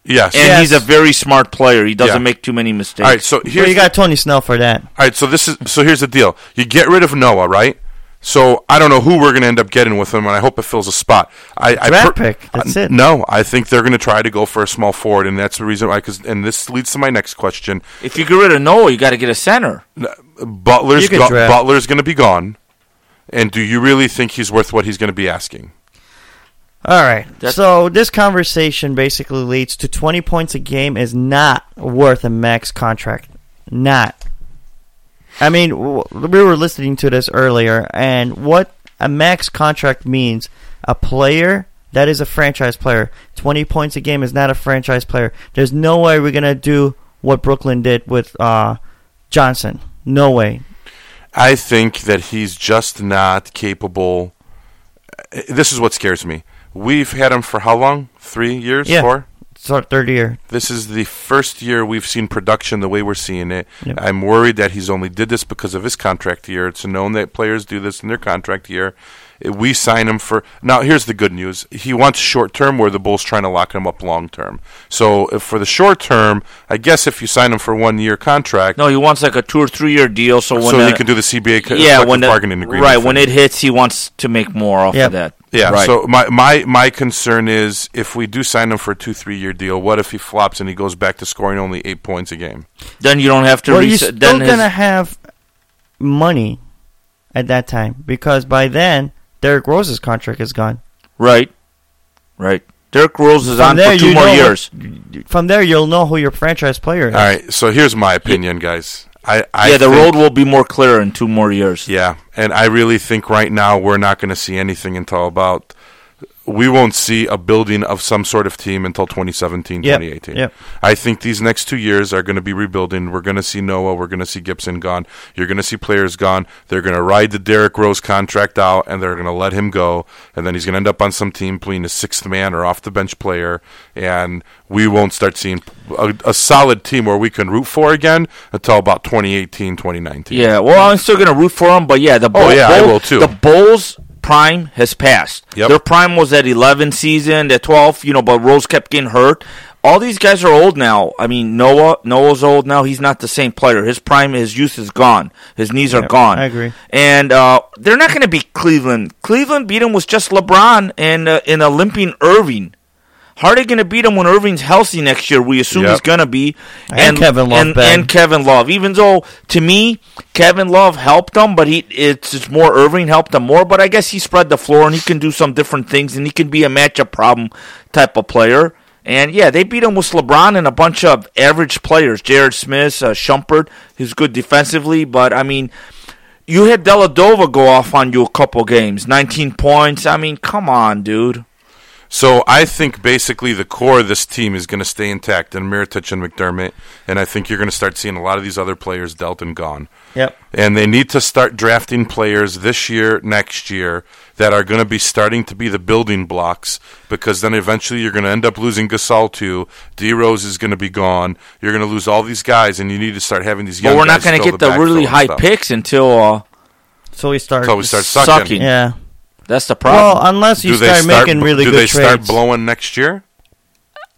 A: yes.
C: and
D: Yes.
C: he's a very smart player. He doesn't
A: Yeah.
C: make too many mistakes.
A: All right. So
D: Well,
A: here's
D: you got Tony Snell for that.
A: all right. So this is so here's the deal. You get rid of Noah, right? So I don't know who we're going to end up getting with him, and I hope it fills a spot. I, I
D: Draft pick, that's
A: uh,
D: it.
A: No, I think they're going to try to go for a small forward, and that's the reason why. Because and this leads to my next question.
C: If you get rid of Noah, you got to get a center.
A: Butler's
D: You could
A: go-
D: draft-
A: Butler's going to be gone, and do you really think he's worth what he's going to be asking?
D: All right.
C: That's-
D: so this conversation basically leads to 20 points a game is not worth a max contract. Not. I mean, w- we were listening to this earlier, and what a max contract means a player that is a franchise player. 20 points a game is not a franchise player. There's no way we're going to do what Brooklyn did with uh, Johnson. No way.
A: I think that he's just not capable. uh, This is what scares me. We've had him for how long? Three years?
D: Yeah.
A: Four?
D: It's our third year.
A: This is the first year we've seen production the way we're seeing it.
D: Yep.
A: I'm worried that he's only did this because of his contract year. It's known that players do this in their contract year. Uh, We sign him for now. Here's the good news: he wants short term, where the Bulls trying to lock him up long term. So if for the short term, I guess if you sign him for one year contract,
C: No, he wants like a two or three year deal, so when
A: so
C: the,
A: he can do the CBA co-
C: yeah,
A: collective
C: when the,
A: bargaining agreement.
C: right
A: thing.
C: when it hits, he wants to make more off
D: Yep.
C: of that.
A: Yeah.
C: right.
A: So my, my my concern is if we do sign him for a two three year deal, what if he flops and he goes back to scoring only eight points a game?
C: then you don't have to.
D: well,
C: res-
D: you're still
C: then his-
D: gonna have money at that time because by then Derrick Rose's contract is gone.
C: right, right. Dirk Rose is
D: From
C: on
D: there,
C: for two
D: you
C: more
D: know what-
C: years.
D: From there, you'll know who your franchise player is.
A: All right. So here's my opinion, guys. I, I
C: yeah, the
A: think-
C: road will be more clear in two more years.
A: Yeah, and I really think right now we're not going to see anything until about. We won't see a building of some sort of team until 2017,
D: Yep,
A: 2018.
D: yep.
A: I think these next two years are going to be rebuilding. We're going to see Noah. We're going to see Gibson gone. You're going to see players gone. They're going to ride the Derrick Rose contract out, and they're going to let him go. And then he's going to end up on some team playing a sixth man or off the bench player. And we won't start seeing a, a solid team where we can root for again until about 2018, 2019.
C: Yeah, well, I'm still gonna root for him, but yeah, the Bull,
A: Oh, yeah, I
C: Bull-
A: will too.
C: The Bulls' prime has passed.
A: Yep.
C: Their prime was at 11 season, at 12, you know, but Rose kept getting hurt. All these guys are old now. I mean, Noah Noah's old now. He's not the same player. His prime, his youth is gone. His knees are
D: Yep,
C: gone.
D: I agree.
C: And uh, they're not going to beat Cleveland. Cleveland beat him was just LeBron and uh, and a limping Irving. How are they going to beat him when Irving's healthy next year? We assume
A: Yep.
C: he's going to be.
D: And Kevin Love,
C: and,
D: Ben.
C: and Kevin Love. Even though to me, Kevin Love helped him, but he it's, it's more Irving helped him more. But I guess he spread the floor and he can do some different things and he can be a matchup problem type of player. And yeah, they beat him with LeBron and a bunch of average players. Jared Smith, uh, Shumpert, who's good defensively, but I mean, you had Deladova go off on you a couple games, 19 points. I mean, come on, dude.
A: So I think basically the core of this team is going to stay intact, and Miritich and McDermott, and I think you're going to start seeing a lot of these other players dealt and gone.
D: Yep.
A: And they need to start drafting players this year, next year, that are going to be starting to be the building blocks because then eventually you're going to end up losing Gasol too. D Rose is going to be gone. You're going to lose all these guys, and you need to start having these young
C: But we're not
A: guys
C: going to
A: fill
C: get the,
A: backfill
C: really
A: and
C: high
A: stuff.
C: picks until uh,
D: So we start.
A: Until we start sucking.
C: Sucking.
D: Yeah.
C: that's the
D: Well,
C: problem.
D: unless you
A: do they
D: start, making
A: bl-
D: really
A: do
D: good
A: they start
D: trades.
A: blowing next year?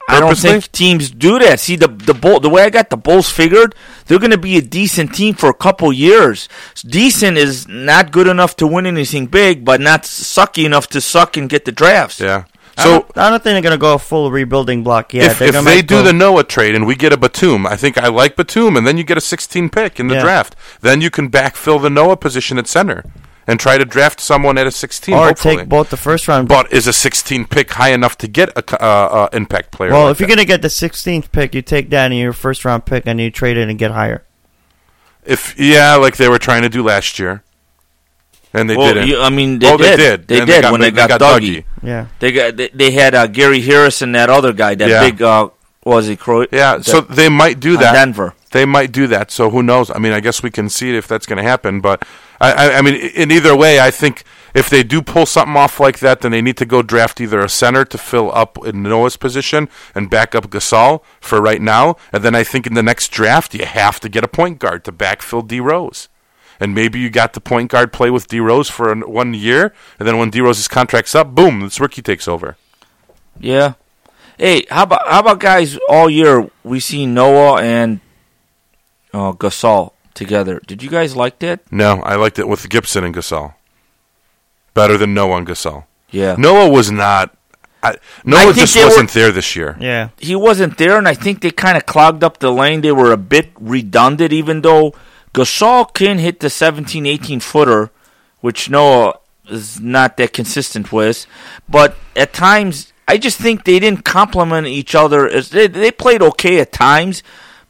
C: I don't
A: purposely?
C: think teams do that. See the the bull, the way I got the Bulls figured, they're going to be a decent team for a couple years. Decent is not good enough to win anything big, but not sucky enough to suck and get the drafts.
A: Yeah.
D: I
A: So
D: don't, I don't think they're gonna go full rebuilding block yet.
A: if
D: They're
A: if
D: gonna
A: they
D: make
A: do
D: a-
A: the Noah trade and we get a Batum, I think I like Batum, and then you get a 16 pick in the
D: Yeah.
A: draft. Then you can backfill the Noah position at center and try to draft someone at a 16.
D: or
A: hopefully.
D: take both the first round.
A: but is a 16 pick high enough to get a co- uh, uh, impact player?
D: well,
A: like
D: if you're
A: that?
D: gonna get the 16th pick, you take that and your first round pick, and you trade it and get higher.
A: if yeah, like they were trying to do last year, and they
C: Well,
A: didn't.
C: you- I mean, they
A: oh,
C: did.
A: they did.
C: They
A: And
C: did when
A: ma-
C: they got Dougie.
D: Yeah.
C: They got they, they had uh, Gary Harris and that other guy, that
A: Yeah.
C: big uh, what was he Croy?
A: Yeah, so they might do
C: on
A: that.
C: Denver.
A: They might do that. So who knows? I mean, I guess we can see it if that's going to happen. But I, I, I mean, i- in either way, I think if they do pull something off like that, then they need to go draft either a center to fill up in Noah's position and back up Gasol for right now, and then I think in the next draft you have to get a point guard to backfill D Rose. And maybe you got the point guard play with D Rose for an, one year, and then when D Rose's contract's up, boom, this rookie takes over.
C: Yeah. Hey, how about how about guys? All year we see Noah and uh, Gasol together. Did you guys like that?
A: No, I liked it with Gibson and Gasol. Better than Noah and Gasol.
C: Yeah.
A: Noah was not. I, Noah
C: think
A: just
C: they were-
A: wasn't there this year.
D: Yeah.
C: he wasn't there, and I think they kind of clogged up the lane. They were a bit redundant, even though Gasol can hit the 17, 18 footer, which Noah is not that consistent with. But at times, I just think they didn't complement each other. As they, they played okay at times,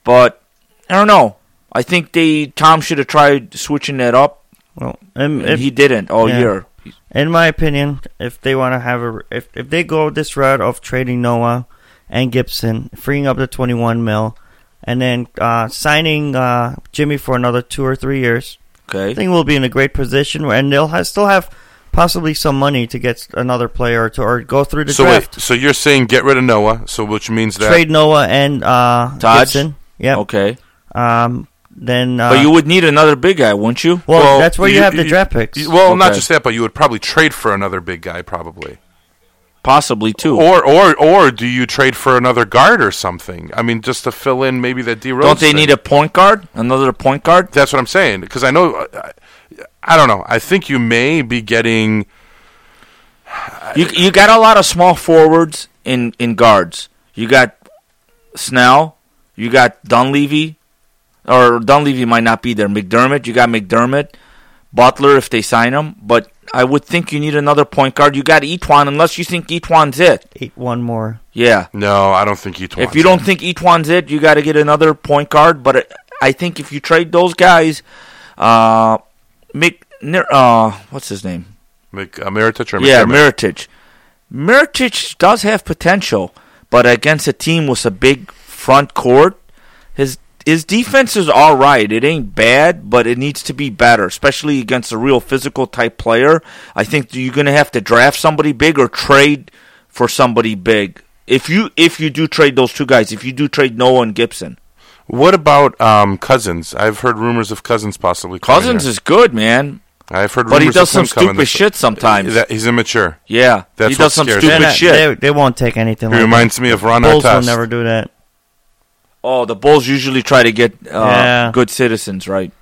C: but I don't know. I think they Tom should have tried switching that up,
D: Well, um,
C: and
D: if,
C: he didn't all
D: yeah.
C: year.
D: in my opinion, if they want to have a, if if they go this route of trading Noah and Gibson, freeing up the 21 mil, and then uh, signing uh, Jimmy for another two or three years. I
C: Okay.
D: think we'll be in a great position, and they'll ha still have possibly some money to get s- another player or, to, or go through the
A: So wait,
D: draft.
A: so you're saying get rid of Noah? So which means that
D: Trade Noah and uh,
C: Taj?
D: Gibson. Yeah.
C: Okay.
D: Um. Then. Uh,
C: but you would need another big guy, wouldn't you?
D: well, that's where you, have the draft picks.
A: you- well, not
C: Okay.
A: just that, but you would probably trade for another big guy, probably.
C: Possibly too.
A: Or or or do you trade for another guard or something? I mean, just to fill in maybe that D Rose.
C: Don't they need a point guard? Another point guard?
A: That's what I'm saying because I know. I, I don't know. I think you may be getting.
C: You you got a lot of small forwards in in guards. You got Snell. You got Dunleavy, or Dunleavy might not be there. McDermott. You got McDermott, Butler if they sign him. But I would think you need another point guard. You got Etwan unless you think Etwan's it.
D: Eight, one more.
C: Yeah.
A: No, I don't think you.
C: If you don't think Etwan's it, you got to get another point guard. But I- I think if you trade those guys, uh, Mick, Ner- uh, what's his name?
A: Mc, uh, Miritich or
C: Yeah,
A: McDermott?
C: Miritich. Miritich does have potential, but against a team with a big front court, his his defense is all right. It ain't bad, but it needs to be better, especially against a real physical type player. I think you're going to have to draft somebody big or trade for somebody big. If you if you do trade those two guys, if you do trade Noah and
A: Oh,
C: Gibson,
A: What about um, Cousins? I've heard rumors of Cousins possibly. coming
C: Cousins
A: here.
C: is good, man,
A: I've heard,
C: but he
A: rumors
C: does
A: of
C: some
A: him coming
C: stupid
A: this-
C: shit sometimes.
A: That- he's immature.
C: yeah,
A: That's
C: he
A: what
C: does some
A: scares
C: stupid
A: me.
D: They're not-
C: shit.
D: They, they won't take anything.
A: He
D: like
A: reminds me of Ron
D: that. Bulls will
A: Artest.
D: never do that.
C: Oh, the Bulls usually try to get uh,
D: Yeah.
C: good citizens, right?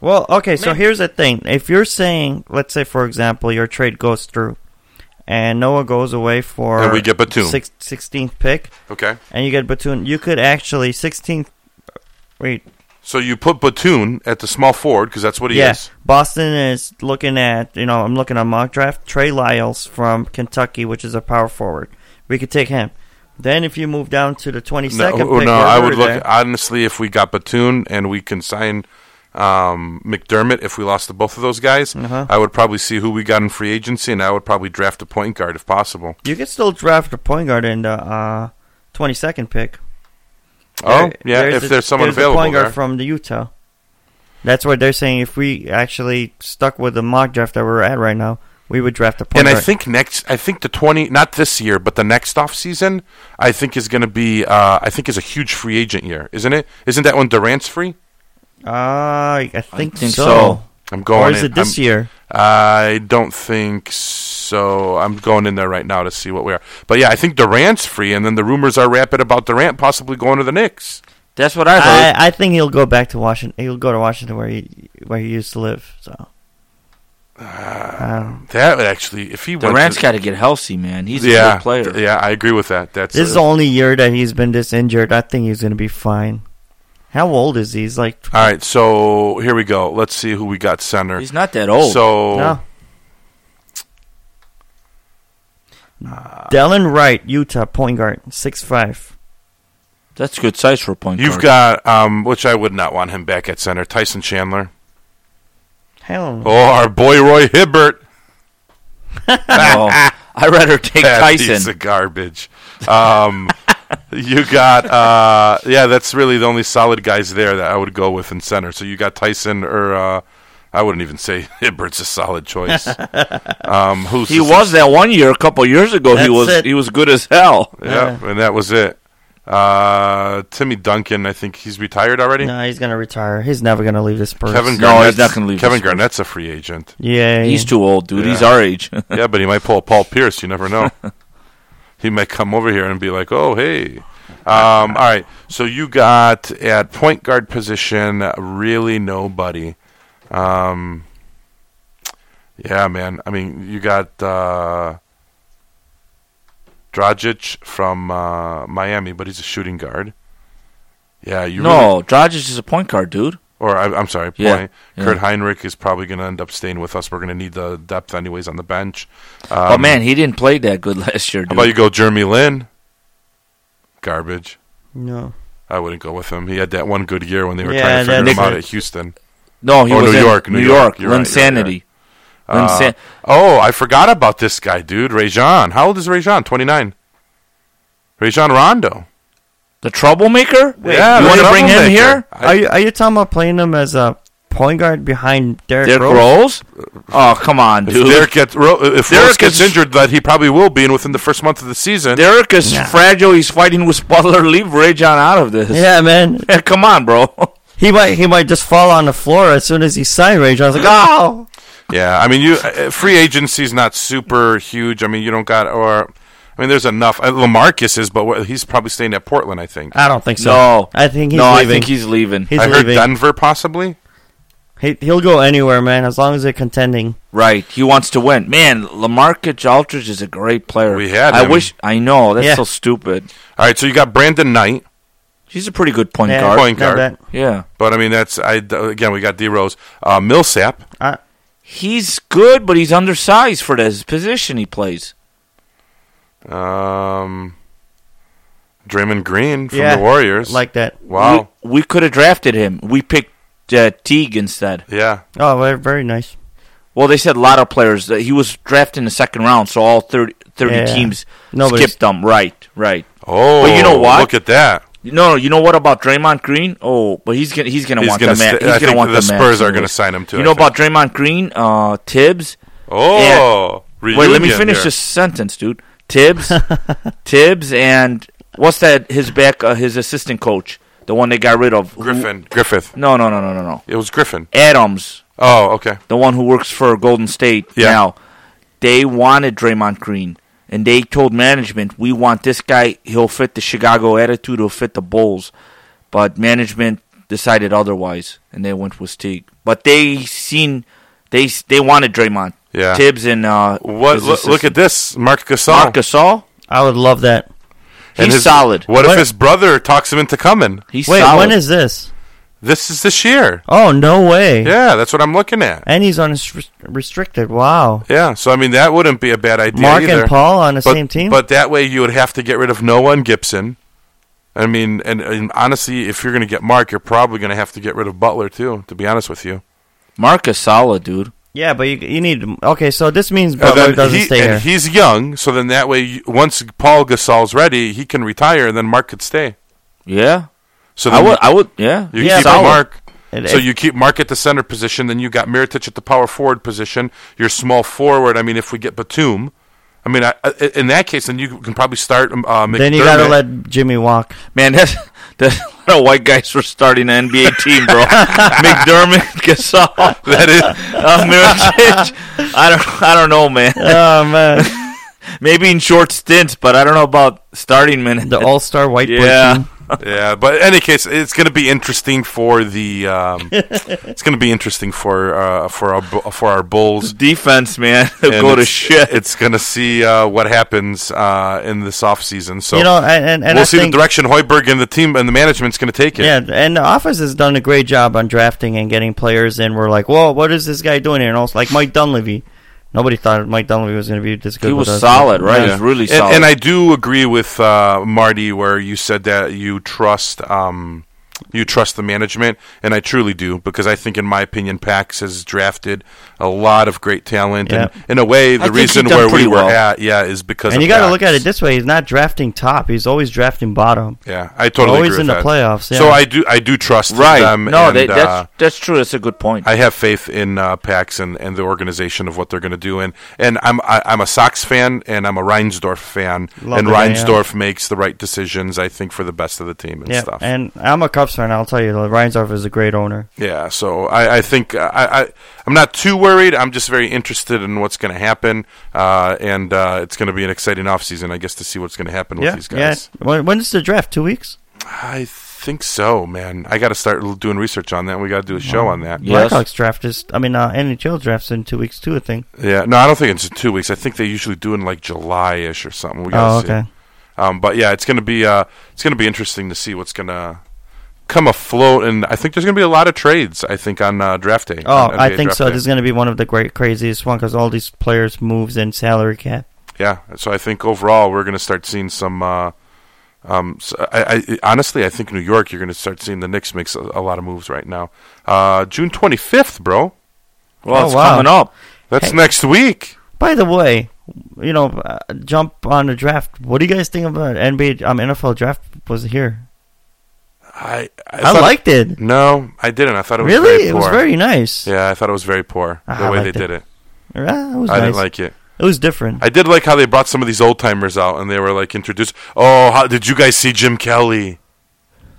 D: Well, okay, so
C: Man.
D: here's the thing. If you're saying, let's say, for example, your trade goes through and Noah goes away for
A: And we get Batum.
D: six- 16th pick,
A: Okay,
D: and you get Batum, you could actually 16th. Wait,
A: so you put Batum at the small forward because that's what he
D: yeah.
A: is.
D: Boston is looking at, you know, I'm looking at mock draft. Trey Lyles from Kentucky, which is a power forward. We could take him. Then if you move down to the 22nd
A: No,
D: pick,
A: oh, no,
D: we're
A: I would
D: already
A: look
D: there.
A: honestly if we got Batum and we can sign um, McDermott. If we lost to both of those guys,
D: Uh-huh.
A: I would probably see who we got in free agency, and I would probably draft a point guard if possible.
D: You could still draft a point guard in the uh, 22nd pick.
A: oh,
D: There-
A: yeah, if
D: a-
A: there's someone
D: there's
A: available
D: A point guard
A: there.
D: from the Utah. That's what they're saying. If we actually stuck with the mock draft that we're at right now, we would draft a point
A: and
D: guard.
A: I think next, I think the twenty, not this year, but the next off season, I think is going to be, uh, I think is a huge free agent year, isn't it? Isn't that when Durant's free?
D: uh, I think,
C: think
D: so.
C: so.
A: I'm going.
D: Or is
A: in-
D: it this
A: I'm-
D: year?
A: I don't think so. I'm going in there right now to see what we are. But yeah, I think Durant's free, and then the rumors are rapid about Durant possibly going to the Knicks.
C: That's what I heard.
D: I, I think he'll go back to Washington. He'll go to Washington where he where he used to live. So.
A: Ah,
D: Um,
A: That would actually, if he
C: Durant's
A: went
C: got to get healthy, man. He's
A: to, yeah,
C: a good player.
A: yeah, I agree with that. That's
D: this is the only year that he's been this injured. I think he's going to be fine. How old is he? He's like
A: all right. So here we go. Let's see who we got center.
C: He's not that old.
A: So
D: No. Dallin Wright, Utah point guard, six five.
C: That's good size for a point
A: you've
C: guard.
A: got, um, which I would not want him back at center. Tyson Chandler.
D: Hell, no.
A: Oh, our boy Roy Hibbert.
C: no, I'd rather take
A: that piece
C: Tyson.
A: of garbage. Um, you got uh, yeah, that's really the only solid guys there that I would go with in center. So you got Tyson or uh, I wouldn't even say Hibbert's a solid choice. um, who's
C: He was that one year a couple years ago.
D: That's
C: he was
D: it.
C: he was good as hell.
A: yeah, and that was it. Uh, Timmy Duncan, I think he's retired already.
D: no, he's gonna retire. He's never gonna leave the Spurs.
A: Kevin
C: No,
A: Garnett's,
C: he's not gonna leave
A: Kevin
C: this one.
A: Garnett's a free agent.
D: yeah,
C: He's
D: yeah.
C: too old, dude. He's
A: Yeah.
C: our age.
A: yeah, but he might pull a Paul Pierce. You never know. he might come over here and be like, "Oh, hey." Um, all right. So you got at point guard position really nobody. Um, yeah, man. I mean, you got uh, Dragic from uh, Miami, but he's a shooting guard. Yeah, you really-
C: no, Dragic is a point guard, dude.
A: or I, I'm sorry,
C: Yeah,
A: point.
C: yeah.
A: Kurt Heinrich is probably going to end up staying with us. We're going to need the depth anyways on the bench. Um,
C: but man, he didn't play that good last year,
A: how
C: dude.
A: about you go Jeremy Lin? Garbage.
D: No,
A: I wouldn't go with him. He had that one good year when they were
D: Yeah,
A: trying to figure
D: that's
A: him out
D: it.
A: at Houston.
C: no, he
A: or
C: was
A: Oh, New
C: in
A: York,
C: New
A: New York.
C: York.
A: You're right, you're right, you're
C: Linsanity. Linsan-
A: Oh, I forgot about this guy, dude. Rajon. How old is Rajon? 29. Rajon Rondo.
C: The troublemaker?
A: yeah,
C: you
A: the
C: want to bring him
A: troublemaker.
C: here?
A: I-
D: Are you are you talking about playing him as a point guard behind Derrick,
C: Derrick
D: Rose?
C: Rose? Oh, come on,
A: If
C: dude.
A: Derek gets Ro- if
C: Derek
A: Rose gets
C: is-
A: injured, that he probably will be in within the first month of the season.
C: Derek is fragile. He's fighting with Butler. Leave Rage on out of this.
D: Yeah, man.
C: come on, bro.
D: He might he might just fall on the floor as soon as he signed Rage. I was like, oh.
A: Yeah, I mean, you uh, free agency's not super huge. I mean, you don't got or I mean, there's enough. Uh, Lamarcus is, but wh- he's probably staying at Portland. I think.
D: I don't think so.
C: no,
D: I think he's
C: no.
D: leaving.
C: I think he's leaving.
D: he's
A: I heard
D: leaving.
A: Denver possibly.
D: He, he'll go anywhere, man, as long as they're contending.
C: right. He wants to win. Man, Lamarcus Aldridge is a great player.
A: We had
C: I
A: him.
C: wish. I know. That's
D: Yeah.
C: so stupid.
A: All right, so you got Brandon Knight,
C: He's a pretty good point
D: Yeah,
C: guard.
A: Point guard.
D: not bad.
C: Yeah.
A: but I mean, that's I again we got D Rose, uh, Millsap.
D: I,
C: He's good, but he's undersized for this position he plays.
A: Um, Draymond Green from
D: Yeah,
A: the Warriors.
D: like that.
A: wow,
C: We, we could have drafted him. We picked uh, Teague instead.
A: yeah,
D: Oh, very, very nice.
C: Well, they said a lot of players. That he was drafted in the second round, so all 30, 30
D: Yeah.
C: teams
D: Nobody's-
C: skipped him. Right, right.
A: oh,
C: But you know what?
A: Look at that.
C: No, no. You know what about Draymond Green? Oh, but he's gonna he's gonna
A: He's
C: want
A: gonna
C: the man.
A: st- I
C: he's gonna
A: think
C: want
A: the
C: max
A: Spurs are
C: anyways.
A: gonna sign him too,
C: You
A: I
C: know
A: think.
C: about Draymond Green, uh, Tibbs.
A: Oh,
C: Wait, let me
A: reunion
C: finish
A: here.
C: this sentence, dude. Tibbs, Tibbs, and what's that? His back, uh, his assistant coach, the one they got rid of. who-
A: Griffin. Griffith.
C: no, no, no, no, no, no.
A: It was Griffin.
C: Adams,
A: Oh, okay.
C: the one who works for Golden State
A: Yeah.
C: now, they wanted Draymond Green, and they told management, "We want this guy. He'll fit the Chicago attitude. He'll fit the Bulls." But management decided otherwise, and they went with Teague. But they seen they they wanted Draymond,
A: Yeah.
C: Tibbs, and uh,
A: What?
C: his
A: Look, look at
C: assistant.
A: this, Mark Gasol.
C: Marc Gasol.
D: I would love that.
C: He's
A: And his-
C: solid.
A: What if
D: What-
A: his brother talks him into coming?
C: He's
D: Wait,
C: solid.
D: when is this?
A: This is this year.
D: Oh, no way.
A: Yeah, that's what I'm looking at.
D: And he's on res- restricted. Wow.
A: Yeah, so I mean that wouldn't be a bad idea
D: Mark
A: either.
D: and Paul on the
A: but,
D: same team?
A: but that way you would have to get rid of Noah and Gibson. I mean, and, and honestly, if you're going to get Mark, you're probably going to have to get rid of Butler too. To be honest with you,
C: Marc Gasol, dude?
D: yeah, but you, you need. Okay, so this means
A: And
D: Butler
A: then
D: doesn't
A: he-
D: stay
A: and
D: here.
A: He's young, so then that way, you, once Paul Gasol's ready, he can retire, and then Mark could stay.
C: Yeah,
A: So
C: I
A: then
C: would. I would. Yeah,
A: you
C: he's
A: keep
C: solid.
A: Mark.
D: It-
A: So
D: it-
A: you keep Mark at the center position, then you got Miritich at the power forward position. Your small forward. I mean, if we get Batum, I mean, I, I- in that case, then you can probably start. Um, uh,
D: then you got to
A: McDermott.
D: let Jimmy walk.
C: Man, that's that's a lot of white guys were starting an NBA team, bro. McDermott, Gasol,
A: that is.
C: uh, Mirotic. I don't, I don't know, man.
D: Oh, man.
C: Maybe in short stints, but I don't know about starting minutes.
D: The all star white boy
C: yeah,
D: team.
A: Yeah, but in any case, it's going to be interesting for the. Um, it's going to be interesting for uh, for our Bu- for our Bulls.
C: defense, man,
A: And
C: go to
A: it's-
C: shit.
A: It's going to see uh, what happens uh, in this offseason. So
D: You know, and, and, and
A: we'll
D: I
A: see
D: think,
A: the direction Hoiberg and the team and the management's going to take it.
D: Yeah, and the office has done a great job on drafting and getting players in. We're like, whoa, what is this guy doing here? And also, like Mike Dunleavy. Nobody thought Mike Dunleavy was going to be this good.
C: He
D: with
C: was
D: us.
C: solid, right? He
A: Yeah.
C: was really
A: and,
C: solid.
A: and I do agree with uh, Marty where you said that you trust um, you trust the management, and I truly do because I think, in my opinion, Pax has drafted a lot of great talent,
D: Yeah.
A: and in a way, the
C: think he
A: reason
C: done
A: where we
C: pretty
A: were
C: well.
A: at, yeah, is because of
D: And you got to
A: Pax.
D: look at it this way: he's not drafting top; he's always drafting bottom.
A: Yeah, I totally
D: Always
A: agree
D: in
A: with
D: the
A: that.
D: playoffs, yeah.
A: So I do, I do trust
C: right?
A: them.
C: no,
A: and,
C: they, that's
A: uh,
C: that's true. That's a good point.
A: I have faith in uh, Pax and, and the organization of what they're going to do. And and I'm I, I'm a Sox fan and I'm a Reinsdorf fan.
D: Love
A: and
D: the guy,
A: Reinsdorf makes the right decisions, I think, for the best of the team and
D: Yeah,
A: stuff.
D: and I'm a Cubs fan. I'll tell you, Reinsdorf is a great owner.
A: yeah. So I, I think uh, I, I I'm not too worried. I'm just very interested in what's going to happen. Uh, and uh, it's going to be an exciting offseason, I guess, to see what's going to happen with
D: Yeah,
A: these
D: yeah.
A: guys.
D: When, when is the draft? Two weeks.
A: I think so, man. I got to start l- doing research on that. We got to do a
D: Mm-hmm.
A: show on that.
C: Yes.
D: Blackhawks draft is. I mean, uh, NHL drafts in two weeks too. I think.
A: Yeah, no, I don't think it's in two weeks. I think they usually do in like July ish or something. We gotta
D: Oh,
A: see.
D: okay.
A: Um, but yeah, it's gonna be uh, it's gonna be interesting to see what's gonna come afloat, and I think there's gonna be a lot of trades. I think on uh, draft day.
D: Oh,
A: on
D: I
A: NBA
D: think
A: draft
D: so.
A: day.
D: This is going to be one of the great craziest one because all these players moves and salary cap.
A: yeah, so I think overall we're gonna start seeing some. Uh, um, so I, I, honestly, I think New York, you're gonna start seeing the Knicks makes a, a lot of moves right now. Uh, June 25th, bro.
C: well,
D: Oh,
C: it's
D: wow.
C: coming up.
A: That's
D: Hey.
A: next week.
D: By the way, uh, you know, uh, jump on the draft. What do you guys think about NBA? Um, NFL draft was here.
A: I I,
D: I
A: thought-
D: liked it.
A: No, I didn't. I thought it was
D: really,
A: Very
D: it
A: poor.
D: was very nice.
A: Yeah, I thought it was very poor the
D: Ah, I
A: way they
D: liked
A: did it.
D: Yeah, it was
A: I
D: nice.
A: didn't like it.
D: it was different.
A: I did like how they brought some of these old timers out and they were like introduced. Oh, how, did you guys see Jim Kelly?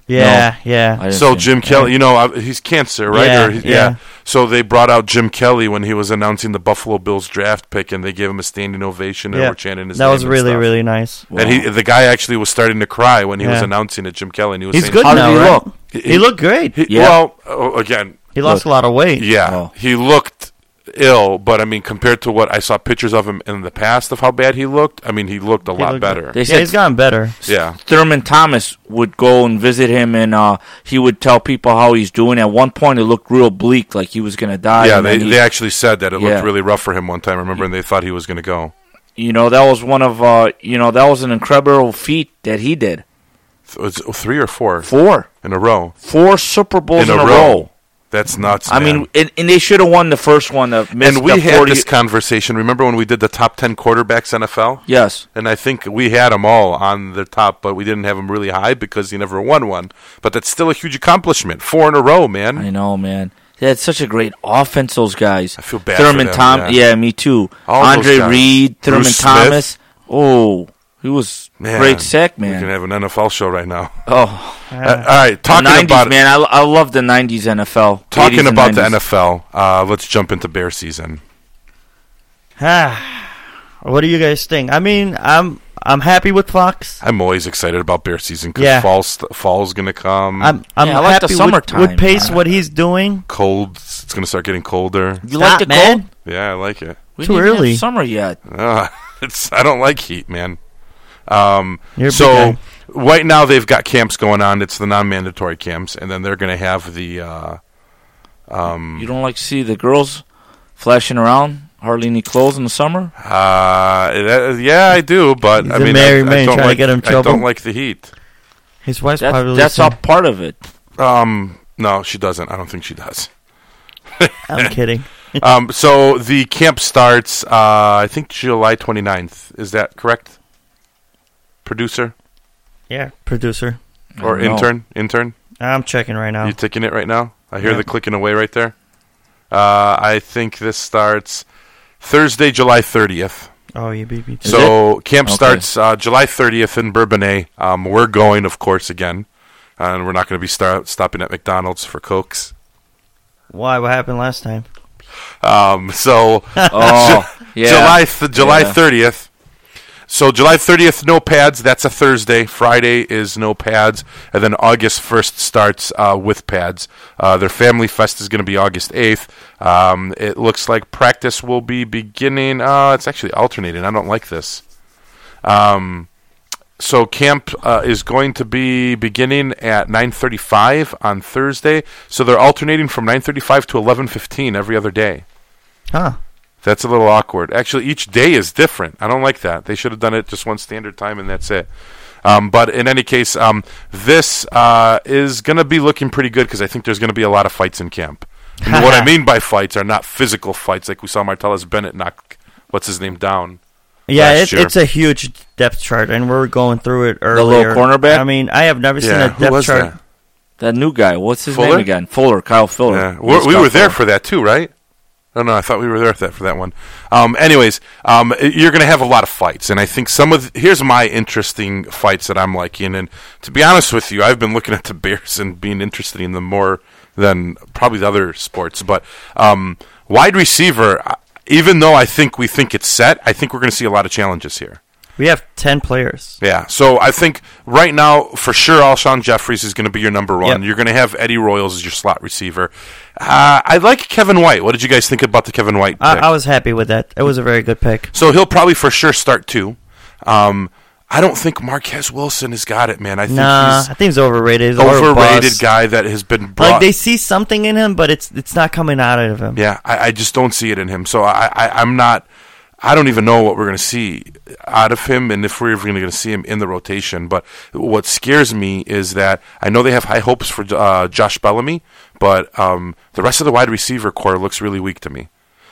D: yeah, yeah.
C: I didn't
A: So
C: see
A: Jim Kelly, you know, I- he's cancer, right?
D: Yeah,
A: he-
D: yeah.
A: So they brought out Jim Kelly when he was announcing the Buffalo Bills draft pick, and they gave him a standing ovation and
D: Yeah.
A: were chanting his
D: That
A: name
D: was
A: and
D: really,
A: stuff.
D: really nice.
C: Wow.
A: And he, the guy actually was starting to cry when he was
D: Yeah.
A: announcing it, Jim Kelly, and he was
D: He's
A: saying,
D: good
C: How did
D: now,
C: he
D: right?
C: look?
A: He,
D: He looked great.
A: he-
C: Yeah.
A: Well, oh, again,
D: He lost a lot of weight.
A: yeah,
C: Oh.
A: he looked ill, but I mean, compared to what I saw pictures of him in the past of how bad he looked, I mean, he looked a lot
D: looked-
A: better.
C: They
D: Yeah,
C: said
D: he's gotten better.
A: yeah,
C: Thurman Thomas would go and visit him, and uh, he would tell people how he's doing. At one point, it looked real bleak, like he was going to die.
A: yeah.
C: and
A: They,
C: then he-
A: they actually said that it
C: Yeah.
A: looked really rough for him one time. Remember, and they thought he was going to go.
C: you know, that was one of, uh, you know, that was an incredible feat that he did.
A: It was three or four
C: Four,
A: in a row.
C: four Super Bowls in, a, row.
A: That's nuts.
C: I
A: man.
C: mean, and, and they should have won the first one. The missed
A: and we
C: the
A: had
C: 40
A: this conversation. Remember when we did the top ten quarterbacks NFL?
C: yes,
A: And I think we had them all on the top, but we didn't have them really high because he never won one. But that's still a huge accomplishment. Four in a row, man.
C: I know, man. They had such a great offense. Those guys. I
A: feel bad
C: Thurman
A: for them,
C: Thomas.
A: yeah.
C: Yeah. me too.
A: All those
C: Andre
A: guys.
C: Reed, Thurman
A: Bruce Smith.
C: Thomas. Oh, he was
A: Man,
C: great sack
A: We can
C: man.
A: have an NFL show right now.
C: Oh.
A: Uh, all right, talking
C: the 90s,
A: about
C: man. I, I love the 90s NFL.
A: talking
C: 80s and
A: about the
C: 90s.
A: NFL. Uh, let's jump into bear season.
D: Ah, what do you guys think? I mean, I'm I'm happy with Fox.
A: I'm always excited about bear season because
D: Yeah.
A: fall st- fall's gonna come.
D: I'm I'm
C: Yeah, I like the
D: happy with,
C: summertime.
D: with Pace what he's doing.
A: cold. It's gonna start getting colder.
C: You like
D: Stop,
C: the
D: man.
C: cold?
A: Yeah, I like it.
C: We
D: Too
C: didn't have
D: early.
C: summer yet.
A: Uh, it's I don't like heat, man. Um,
D: You're a big
A: so
D: guy.
A: right now they've got camps going on. It's the non-mandatory camps, and then they're going to have the uh, um, Mm.
C: You don't like to see the girls flashing around, hardly any clothes in the summer.
A: uh, that- yeah, I do, but
D: He's
A: I
D: a
A: mean,
D: married
A: I, I
D: man
A: don't
D: trying to
A: like,
D: get him
A: I don't
D: trouble.
A: like the heat.
D: His wife's probably
C: That's, that's all
D: listening.
C: part of it.
A: Um, no, she doesn't. I don't think she does.
D: I'm kidding.
A: um, so the camp starts. Uh, I think July 29th. Is that correct? Producer
D: Yeah, producer.
A: or
C: I don't know.
A: intern? Intern.
D: I'm checking right now.
A: You taking it right now? I hear
D: Yeah.
A: the clicking away right there. Uh, I think this starts Thursday, July 30th.
D: Oh, you beat me.
A: so camp
C: Okay.
A: starts uh, July 30th in Bourbonnais. Um, we're going, of course, again. And we're not going to be star- stopping at McDonald's for Cokes.
D: Why? What happened last time?
A: Um, so
C: Oh, yeah.
A: July th- July
C: Yeah.
A: 30th. So July 30th, no pads. That's a Thursday. Friday is no pads, and then August 1st starts uh, with pads. Uh, their family fest is going to be August 8th. Um, it looks like practice will be beginning. Uh, it's actually alternating. I don't like this. Um, so camp uh, is going to be beginning at 9:35 on Thursday. So they're alternating from 9:35 to 11:15 every other day.
D: Huh?
A: That's a little awkward. Actually, each day is different. I don't like that. They should have done it just one standard time and that's it. Um, but in any case, um, this uh, is going to be looking pretty good because I think there's going to be a lot of fights in camp. And what I mean by fights are not physical fights, like we saw Martellus Bennett knock what's his name down.
D: Yeah,
A: Last
D: it's
A: year.
D: it's a huge depth chart, and we're going through it
C: little
D: earlier.
C: cornerback?
D: I mean, I have never
A: Yeah,
D: seen a
A: who was
D: depth chart.
A: that?
C: that new guy. What's his
A: Fuller?
C: name again? Fuller, Kyle Fuller.
A: Yeah. We're,
C: Yes,
A: we
C: Kyle
A: were there
C: Fuller.
A: for that too, right? Oh no, I thought we were there for that for that one. Um, anyways, um, you're going to have a lot of fights, and I think some of th- here's my interesting fights that I'm liking. And to be honest with you, I've been looking at the Bears and being interested in them more than probably the other sports. But um, wide receiver, I- even though I think we think it's set, I think we're going to see a lot of challenges here.
D: We have ten players.
A: Yeah. So I think right now, for sure, Alshon Jeffries is going to be your number one.
D: Yep.
A: You're going to have Eddie Royals as your slot receiver. Uh, I like Kevin White. What did you guys think about the Kevin White? pick?
D: I, I was happy with that. It was a very good pick.
A: so he'll probably for sure start two. Um, I don't think Marquez Wilson has got it, man. I think
D: Nah, I
A: he's
D: think he's overrated. He's a little
A: overrated
D: bust.
A: guy that has been brought.
D: Like they see something in him, but it's it's not coming out of him.
A: Yeah, I, I just don't see it in him. So I, I, I'm not. I don't even know what we're going to see out of him, and if we're even going to see him in the rotation. But what scares me is that I know they have high hopes for uh, Josh Bellamy, but um, the rest of the wide receiver core looks really weak to me.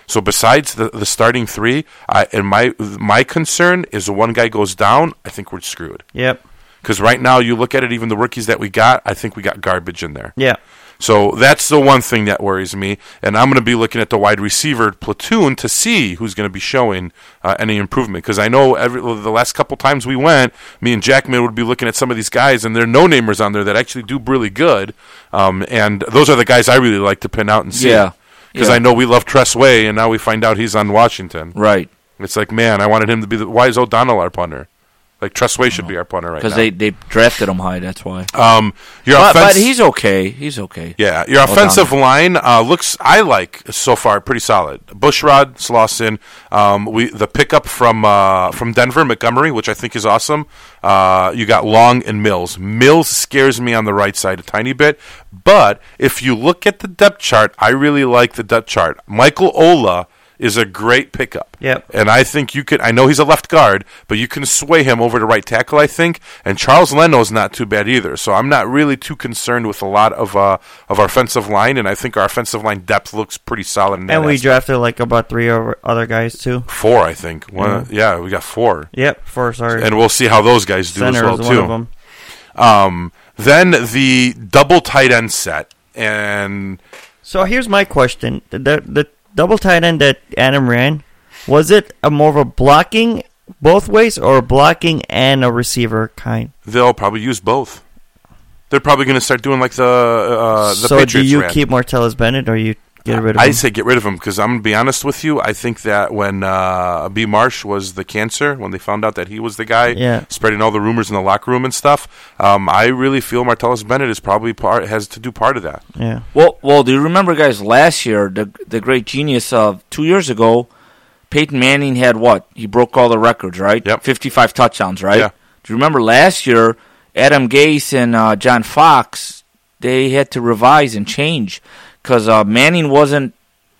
A: So besides the, the starting three, I, and my my concern is the one guy goes down, I think we're screwed
D: Yep.
A: Because right now, you look at it, even the rookies that we got, I think we got garbage in there.
D: Yeah.
A: So that's the one thing that worries me, and I'm going to be looking at the wide receiver platoon to see who's going to be showing uh, any improvement. Because I know every the last couple times we went, me and Jackman would be looking at some of these guys, and there are no namers on there that actually do really good, um, and those are the guys I really like to pin out and see.
C: Yeah.
A: Because
C: Yeah.
A: I know we love Tressway, and now we find out he's on Washington.
C: Right.
A: It's like, man, I wanted him to be the. Why is O'Donnell our punter? Like Tressway should be our punter right now.
C: Because they, they drafted him high, that's why.
A: um, your
C: But,
A: offense-
C: but he's okay. He's okay.
A: yeah, your offensive line uh, looks I like so far pretty solid. Bushrod, Slauson, um, we the pickup from uh, from Denver Montgomery, which I think is awesome. Uh, you got Long and Mills. Mills scares me on the right side a tiny bit, but if you look at the depth chart, I really like the depth chart. Michael Ola is a great pickup.
D: Yep.
A: And I think you could. I know he's a left guard, but you can sway him over to right tackle. I think, and Charles Leno's not too bad either. So I'm not really too concerned with a lot of uh, of our offensive line, and I think our offensive line depth looks pretty solid. In that
D: And we
A: aspect.
D: drafted like about three over- other guys too.
A: four, I think. One, yeah, we got four,
D: Yep, four. Sorry,
A: and we'll see how those guys do
D: center
A: as well
D: is one
A: too.
D: of them.
A: Um, then the double tight end set, and
D: So here's my question: the, the the double tight end that Adam ran, was it a more of a blocking both ways or a blocking and a receiver kind?
A: they'll probably use both. They're probably going to start doing like the uh, the
D: so do
A: Patriots
D: you
A: ran.
D: keep Martellus Bennett or you get rid of
A: I
D: him?
A: say get rid of him because I'm gonna be honest with you. I think that when uh, B. Marsh was the cancer, when they found out that he was the guy
D: Yeah.
A: spreading all the rumors in the locker room and stuff, um, I really feel Martellus Bennett is probably part has to do part of that.
D: yeah,
C: Well, well, do you remember, guys, last year, the, the great genius of two years ago, Peyton Manning had what? He broke all the records, right?
A: Yep.
C: 55 touchdowns, right?
A: Yeah.
C: Do you remember last year, Adam Gase and uh, John Fox, they had to revise and change because uh, Manning wasn't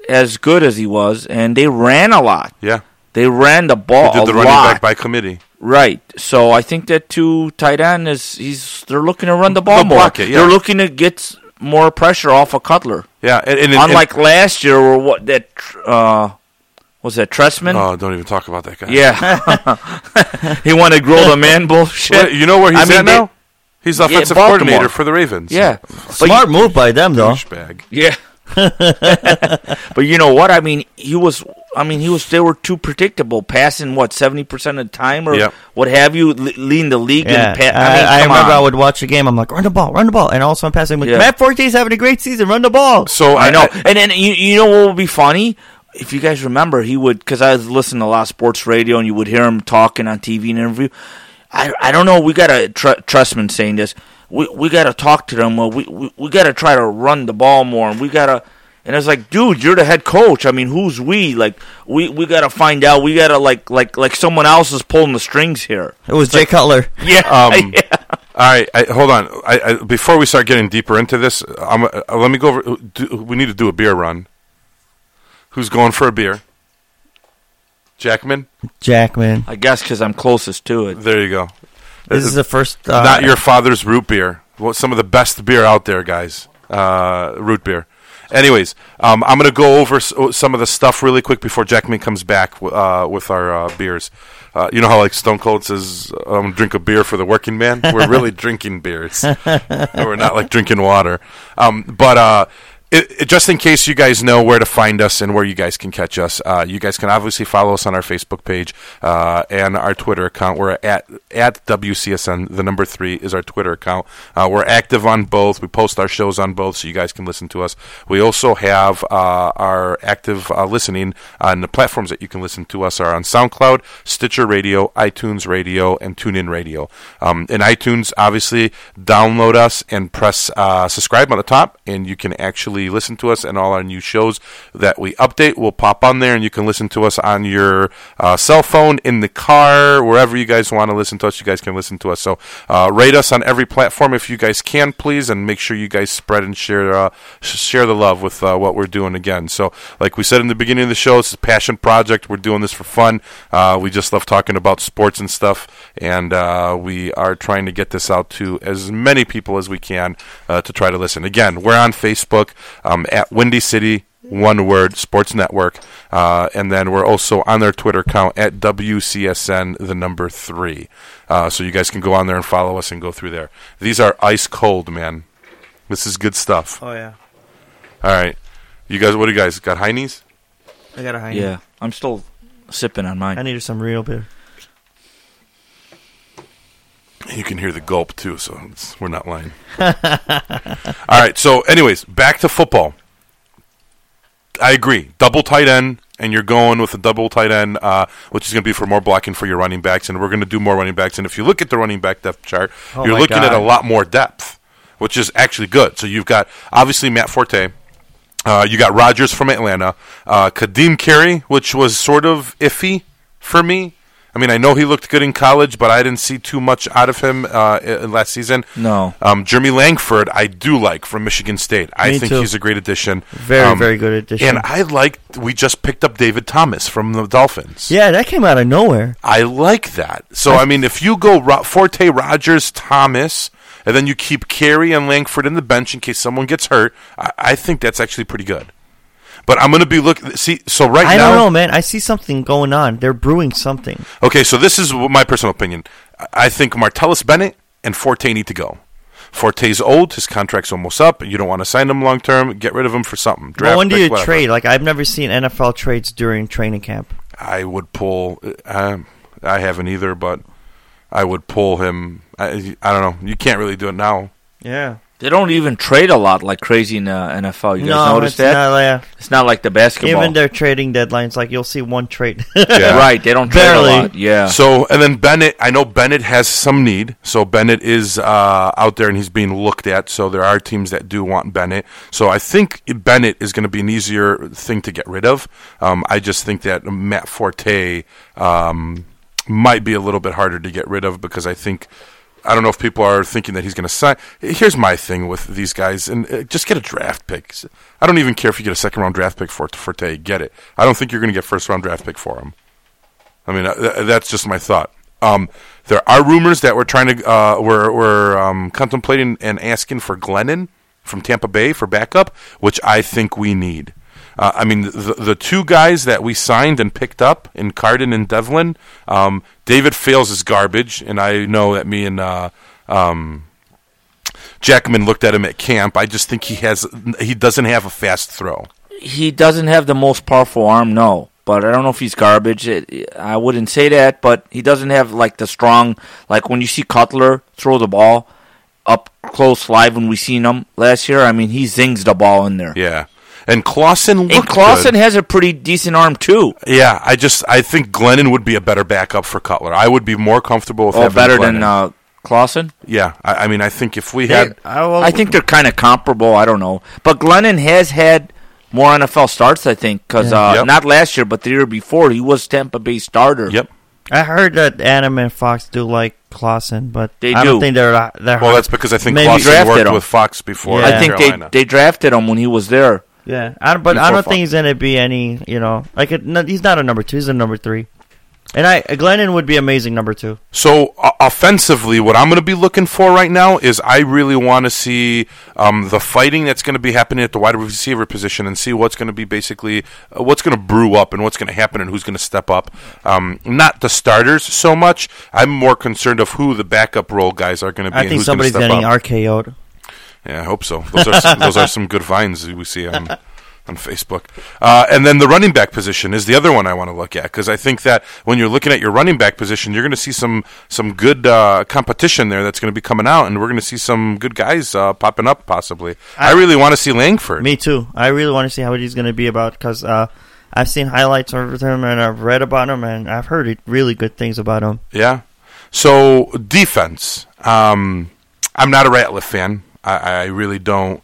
C: as good as he was, and they ran a lot.
A: Yeah,
C: They ran the ball
A: they did
C: a
A: the
C: lot.
A: running back by committee.
C: Right. So I think that two tight end is he's they're looking to run the ball
A: They'll
C: more.
A: block it, yeah.
C: They're looking to get s- more pressure off of Cutler.
A: Yeah, and, and, and
C: Unlike last year where what that tr- uh was that Tressman?
A: oh, don't even talk about that guy.
C: yeah. he wanted to grow the man
A: Well,
C: bullshit.
A: you know where he's
C: I mean,
A: at
C: they-
A: now? He's the
C: Yeah,
A: offensive
C: Baltimore.
A: coordinator for the Ravens.
C: yeah. But
D: smart move by them though.
A: douchebag.
C: Yeah. but you know what? I mean, he was. I mean, he was. They were too predictable, passing what seventy percent of the time, or
A: Yep.
C: what have you, le- leading the league.
D: Yeah,
C: in pa-
D: I,
C: I, mean,
D: I
C: come
D: remember
C: on.
D: I would watch a game. I'm like, run the ball, run the ball, and also I'm passing. Like,
C: Yeah.
D: Matt Forte's having a great season. Run the ball.
A: So
C: I know. and then you, you know what would be funny? If you guys remember, he would because I was listening to a lot of sports radio, and you would hear him talking on TV and interview. I I don't know. We got to tr- Trustman saying this. We we got to talk to them. Well, we we, we got to try to run the ball more, and we got to. And it's like, dude, you're the head coach. I mean, who's we? Like, we, we gotta find out. We gotta like like like someone else is pulling the strings here.
D: it was Jay Cutler.
C: Yeah,
A: Um, All right, I, hold on. I, I, before we start getting deeper into this, I'm, uh, let me go over. Do, we need to do a beer run. Who's going for a beer? Jackman.
D: Jackman.
C: I guess because I'm closest to it.
A: There you go.
D: This is the first. Uh,
A: Not your father's root beer. Well, some of the best beer out there, guys. Uh, root beer. Anyways, um, I'm going to go over s- some of the stuff really quick before Jackman comes back uh, with our uh, beers. Uh, you know how like Stone Cold says, "I'm gonna drink a beer for the working man." We're really drinking beers. And we're not like drinking water. Um, but uh, it, it- just in case you guys know where to find us and where you guys can catch us, uh, you guys can obviously follow us on our Facebook page uh, and our Twitter account. We're at at WCSN. The number three is our Twitter account. Uh, we're active on both. We post our shows on both, so you guys can listen to us. We also have uh, our active uh, listening on the platforms that you can listen to us are on SoundCloud, Stitcher Radio, iTunes Radio, and TuneIn Radio. Um, in iTunes, obviously, download us and press uh, subscribe on the top, and you can actually listen to us. And all our new shows that we update will pop on there, and you can listen to us on your uh, cell phone, in the car, wherever you guys want to listen to us. You guys can listen to us. So uh, rate us on every platform if you guys can, please, and make sure you guys spread and share uh, sh- share the love with uh, what we're doing again. So, like we said in the beginning of the show, it's a passion project. We're doing this for fun. Uh, we just love talking about sports and stuff, and uh, we are trying to get this out to as many people as we can uh, to try to listen. Again, we're on Facebook um, at Windy City one word, Sports Network. Uh, and then we're also on their Twitter account at WCSN, the number three. Uh, so you guys can go on there and follow us and go through there. These are ice cold, man. This is good stuff.
D: Uh,
E: Oh yeah,
A: All right. You guys, what do you guys got? High knees?
E: I got a high.
C: Yeah, I'm still sipping on
D: I
C: mine.
D: needed some real beer.
A: You can hear the gulp too, so it's, we're not lying. All right. So, anyways, back to football. I agree. Double tight end, and you're going with a double tight end, uh, which is going to be for more blocking for your running backs, and we're going to do more running backs. And if you look at the running back depth chart,
D: Oh
A: you're
D: my
A: looking at a
D: God.
A: lot more depth, which is actually good. So you've got obviously Matt Forte. Uh, you got Rogers from Atlanta, uh, Kadeem Carey, which was sort of iffy for me. I mean, I know he looked good in college, but I didn't see too much out of him uh, i- last season.
C: No.
A: Um, Jeremy Langford, I do like from Michigan State. I
D: Me
A: think
D: too.
A: he's a great addition.
D: Very,
A: Um,
D: very good addition.
A: And I like we just picked up David Thomas from the Dolphins.
D: yeah, that came out of nowhere.
A: I like that. So I mean, if you go Ro- Forte, Rogers, Thomas, and then you keep Carey and Langford in the bench in case someone gets hurt, I, I think that's actually pretty good. But I'm going to be look see. So right
D: I
A: now,
D: don't know, man. I see something going on. They're brewing something.
A: Okay, so this is wh- my personal opinion. I- I think Martellus Bennett and Forte need to go. Forte's old; his contract's almost up. You don't want to sign him long term. Get rid of him for something. Draft
D: But when do
A: pick,
D: you
A: whatever.
D: trade? Like I've never seen NFL trades during training camp.
A: I would pull. Um, I haven't either, but I would pull him. I, I don't know. You can't really do it now.
D: Yeah.
C: They don't even trade a lot like crazy in uh, the NFL. You guys
D: No,
C: notice
D: it's
C: that?
D: not. Yeah.
C: It's not like the basketball.
D: Even their trading deadlines, like you'll see one trade.
A: Yeah.
C: Right, they don't trade a
D: Barely.
C: lot. Yeah.
A: So and then Bennett, I know Bennett has some need. So Bennett is uh, out there and he's being looked at. So there are teams that do want Bennett. So I think Bennett is going to be an easier thing to get rid of. Um, I just think that Matt Forte um, might be a little bit harder to get rid of because I think. I don't know if people are thinking that he's going to sign. Here's my thing with these guys, and uh, just get a draft pick. I don't even care if you get a second round draft pick for Forte. Get it. I don't think you're going to get first round draft pick for him. I mean, uh, th- that's just my thought. Um, there are rumors that we're trying to uh, we're we're um, contemplating and asking for Glennon from Tampa Bay for backup, which I think we need. Uh, I mean, the, the two guys that we signed and picked up in Cardin and Devlin, um, David Fails is garbage, and I know that me and uh, um, Jackman looked at him at camp. I just think he has he doesn't have a fast throw.
C: he doesn't have the most powerful arm, no. But I don't know if he's garbage. It, I wouldn't say that, but he doesn't have like the strong like when you see Cutler throw the ball up close live when we seen him last year. I mean, he zings the ball in there.
A: Yeah, and Clausen looked
C: And Clausen
A: good.
C: has a pretty decent arm too.
A: Yeah, I just I think Glennon would be a better backup for Cutler. I would be more comfortable with
C: Oh,
A: having
C: better
A: Glennon.
C: than uh, Clausen.
A: yeah. I, I mean, I think if we had
D: I, will,
C: I think they're kind of comparable. I don't know, but Glennon has had more NFL starts. I think because
D: Yeah.
C: uh,
A: Yep.
C: not last year, but the year before, he was Tampa Bay starter.
A: yep.
D: I heard that Adam and Fox do like Clausen, but
C: They
D: I
C: do.
D: don't think they're they're.
A: Well, that's because I think
D: Maybe-
A: Clausen
C: Drafted
A: worked
C: him.
A: with Fox before.
D: Yeah.
A: in
C: I think
A: Carolina.
C: they they drafted him when he was there.
D: yeah. I, don't- but I
C: Before
D: don't
C: Fox.
D: think he's gonna be any. You know, like it, no, he's not a number two. He's a number three. And I Glennon would be amazing number two.
A: So o offensively, what I'm going to be looking for right now is I really want to see um, the fighting that's going to be happening at the wide receiver position and see what's going to be basically uh, what's going to brew up and what's going to happen and who's going to step up. Um, not the starters so much. I'm more concerned of who the backup role guys are going to be.
D: I
A: and
D: think
A: who's gonna
D: somebody's
A: step
D: getting
A: up.
D: RKO'd.
A: Yeah, I hope so. Those are some, those are some good vines we see on on Facebook. Uh, and then the running back position is the other one I want to look at because I think that when you're looking at your running back position, you're going to see some some good uh, competition there that's going to be coming out, and we're going to see some good guys uh, popping up possibly. I, really want to see Langford.
D: Me too. I really want to see how he's going to be about because uh, I've seen highlights of him and I've read about him and I've heard it- really good things about him.
A: Yeah. So defense. Um, I'm not a Ratliff fan. I, I really don't.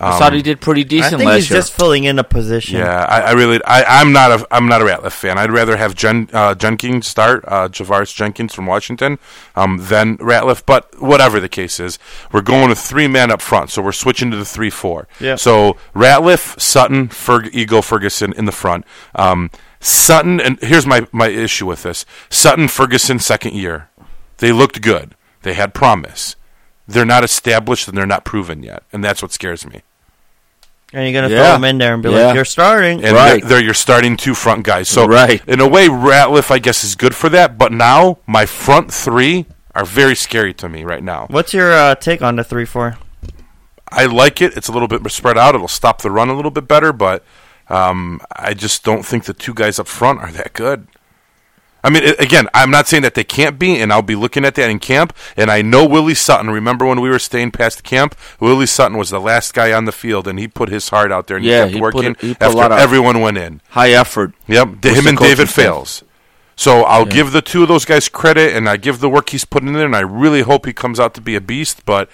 C: I thought he did pretty
D: I
C: decent
D: think
C: last
D: he's
C: year.
D: just filling in a position.
A: Yeah, I, I really, I, I'm not a, I'm not a Ratliff fan. I'd rather have Jen, uh, Jenkins start, uh, Javaris Jenkins from Washington, um, than Ratliff. But whatever the case is, we're going with three man up front, so we're switching to the three four.
D: Yeah.
A: So Ratliff, Sutton, Ferg, Ego Ferguson in the front. Um, Sutton, and here's my my issue with this: Sutton, Ferguson, second year, they looked good, they had promise. They're not established and they're not proven yet, and that's what scares me.
D: And you're gonna
C: Yeah.
D: throw him in there and be
C: Yeah.
D: like, "You're starting."
A: and
C: Right.
A: they're, they're your starting two front guys. So
C: Right.
A: in a way, Ratliff I guess is good for that. But now my front three are very scary to me right now.
D: What's your uh, take on the three four?
A: I like it. It's a little bit spread out. It'll stop the run a little bit better, but um, I just don't think the two guys up front are that good. I mean, a- again, I'm not saying that they can't be, and I'll be looking at that in camp. And I know Willie Sutton. Remember when we were staying past camp? Willie Sutton was the last guy on the field, and he put his heart out there and he
C: Yeah,
A: kept
C: he put-
A: working
C: he put a
A: after
C: lot of-
A: everyone went in.
C: High effort.
A: Yep,
C: What's
A: him
C: the
A: and
C: coaching
A: David
C: staff?
A: Fails. So I'll give the two of those guys credit, and I give the work he's put in there, and I really hope he comes out to be a beast. But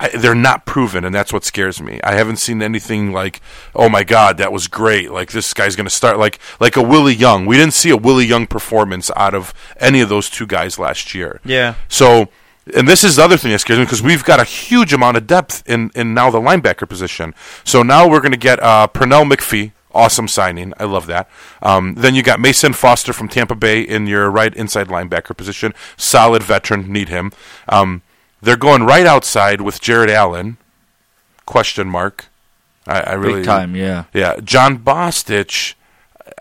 A: I, they're not proven, and that's what scares me. I haven't seen anything like, "Oh my God, that was great!" Like this guy's going to start like like a Willie Young. We didn't see a Willie Young performance out of any of those two guys last year.
D: Yeah.
A: So, and this is the other thing that scares me because we've got a huge amount of depth in, in now the linebacker position. So now we're going to get uh, Pernell McPhee. Awesome signing. I love that. Um, then you got Mason Foster from Tampa Bay in your right inside linebacker position. Solid veteran. Need him. Um, they're going right outside with Jared Allen. Question mark. I, I really
C: Big time, yeah.
A: Yeah, John Bostich.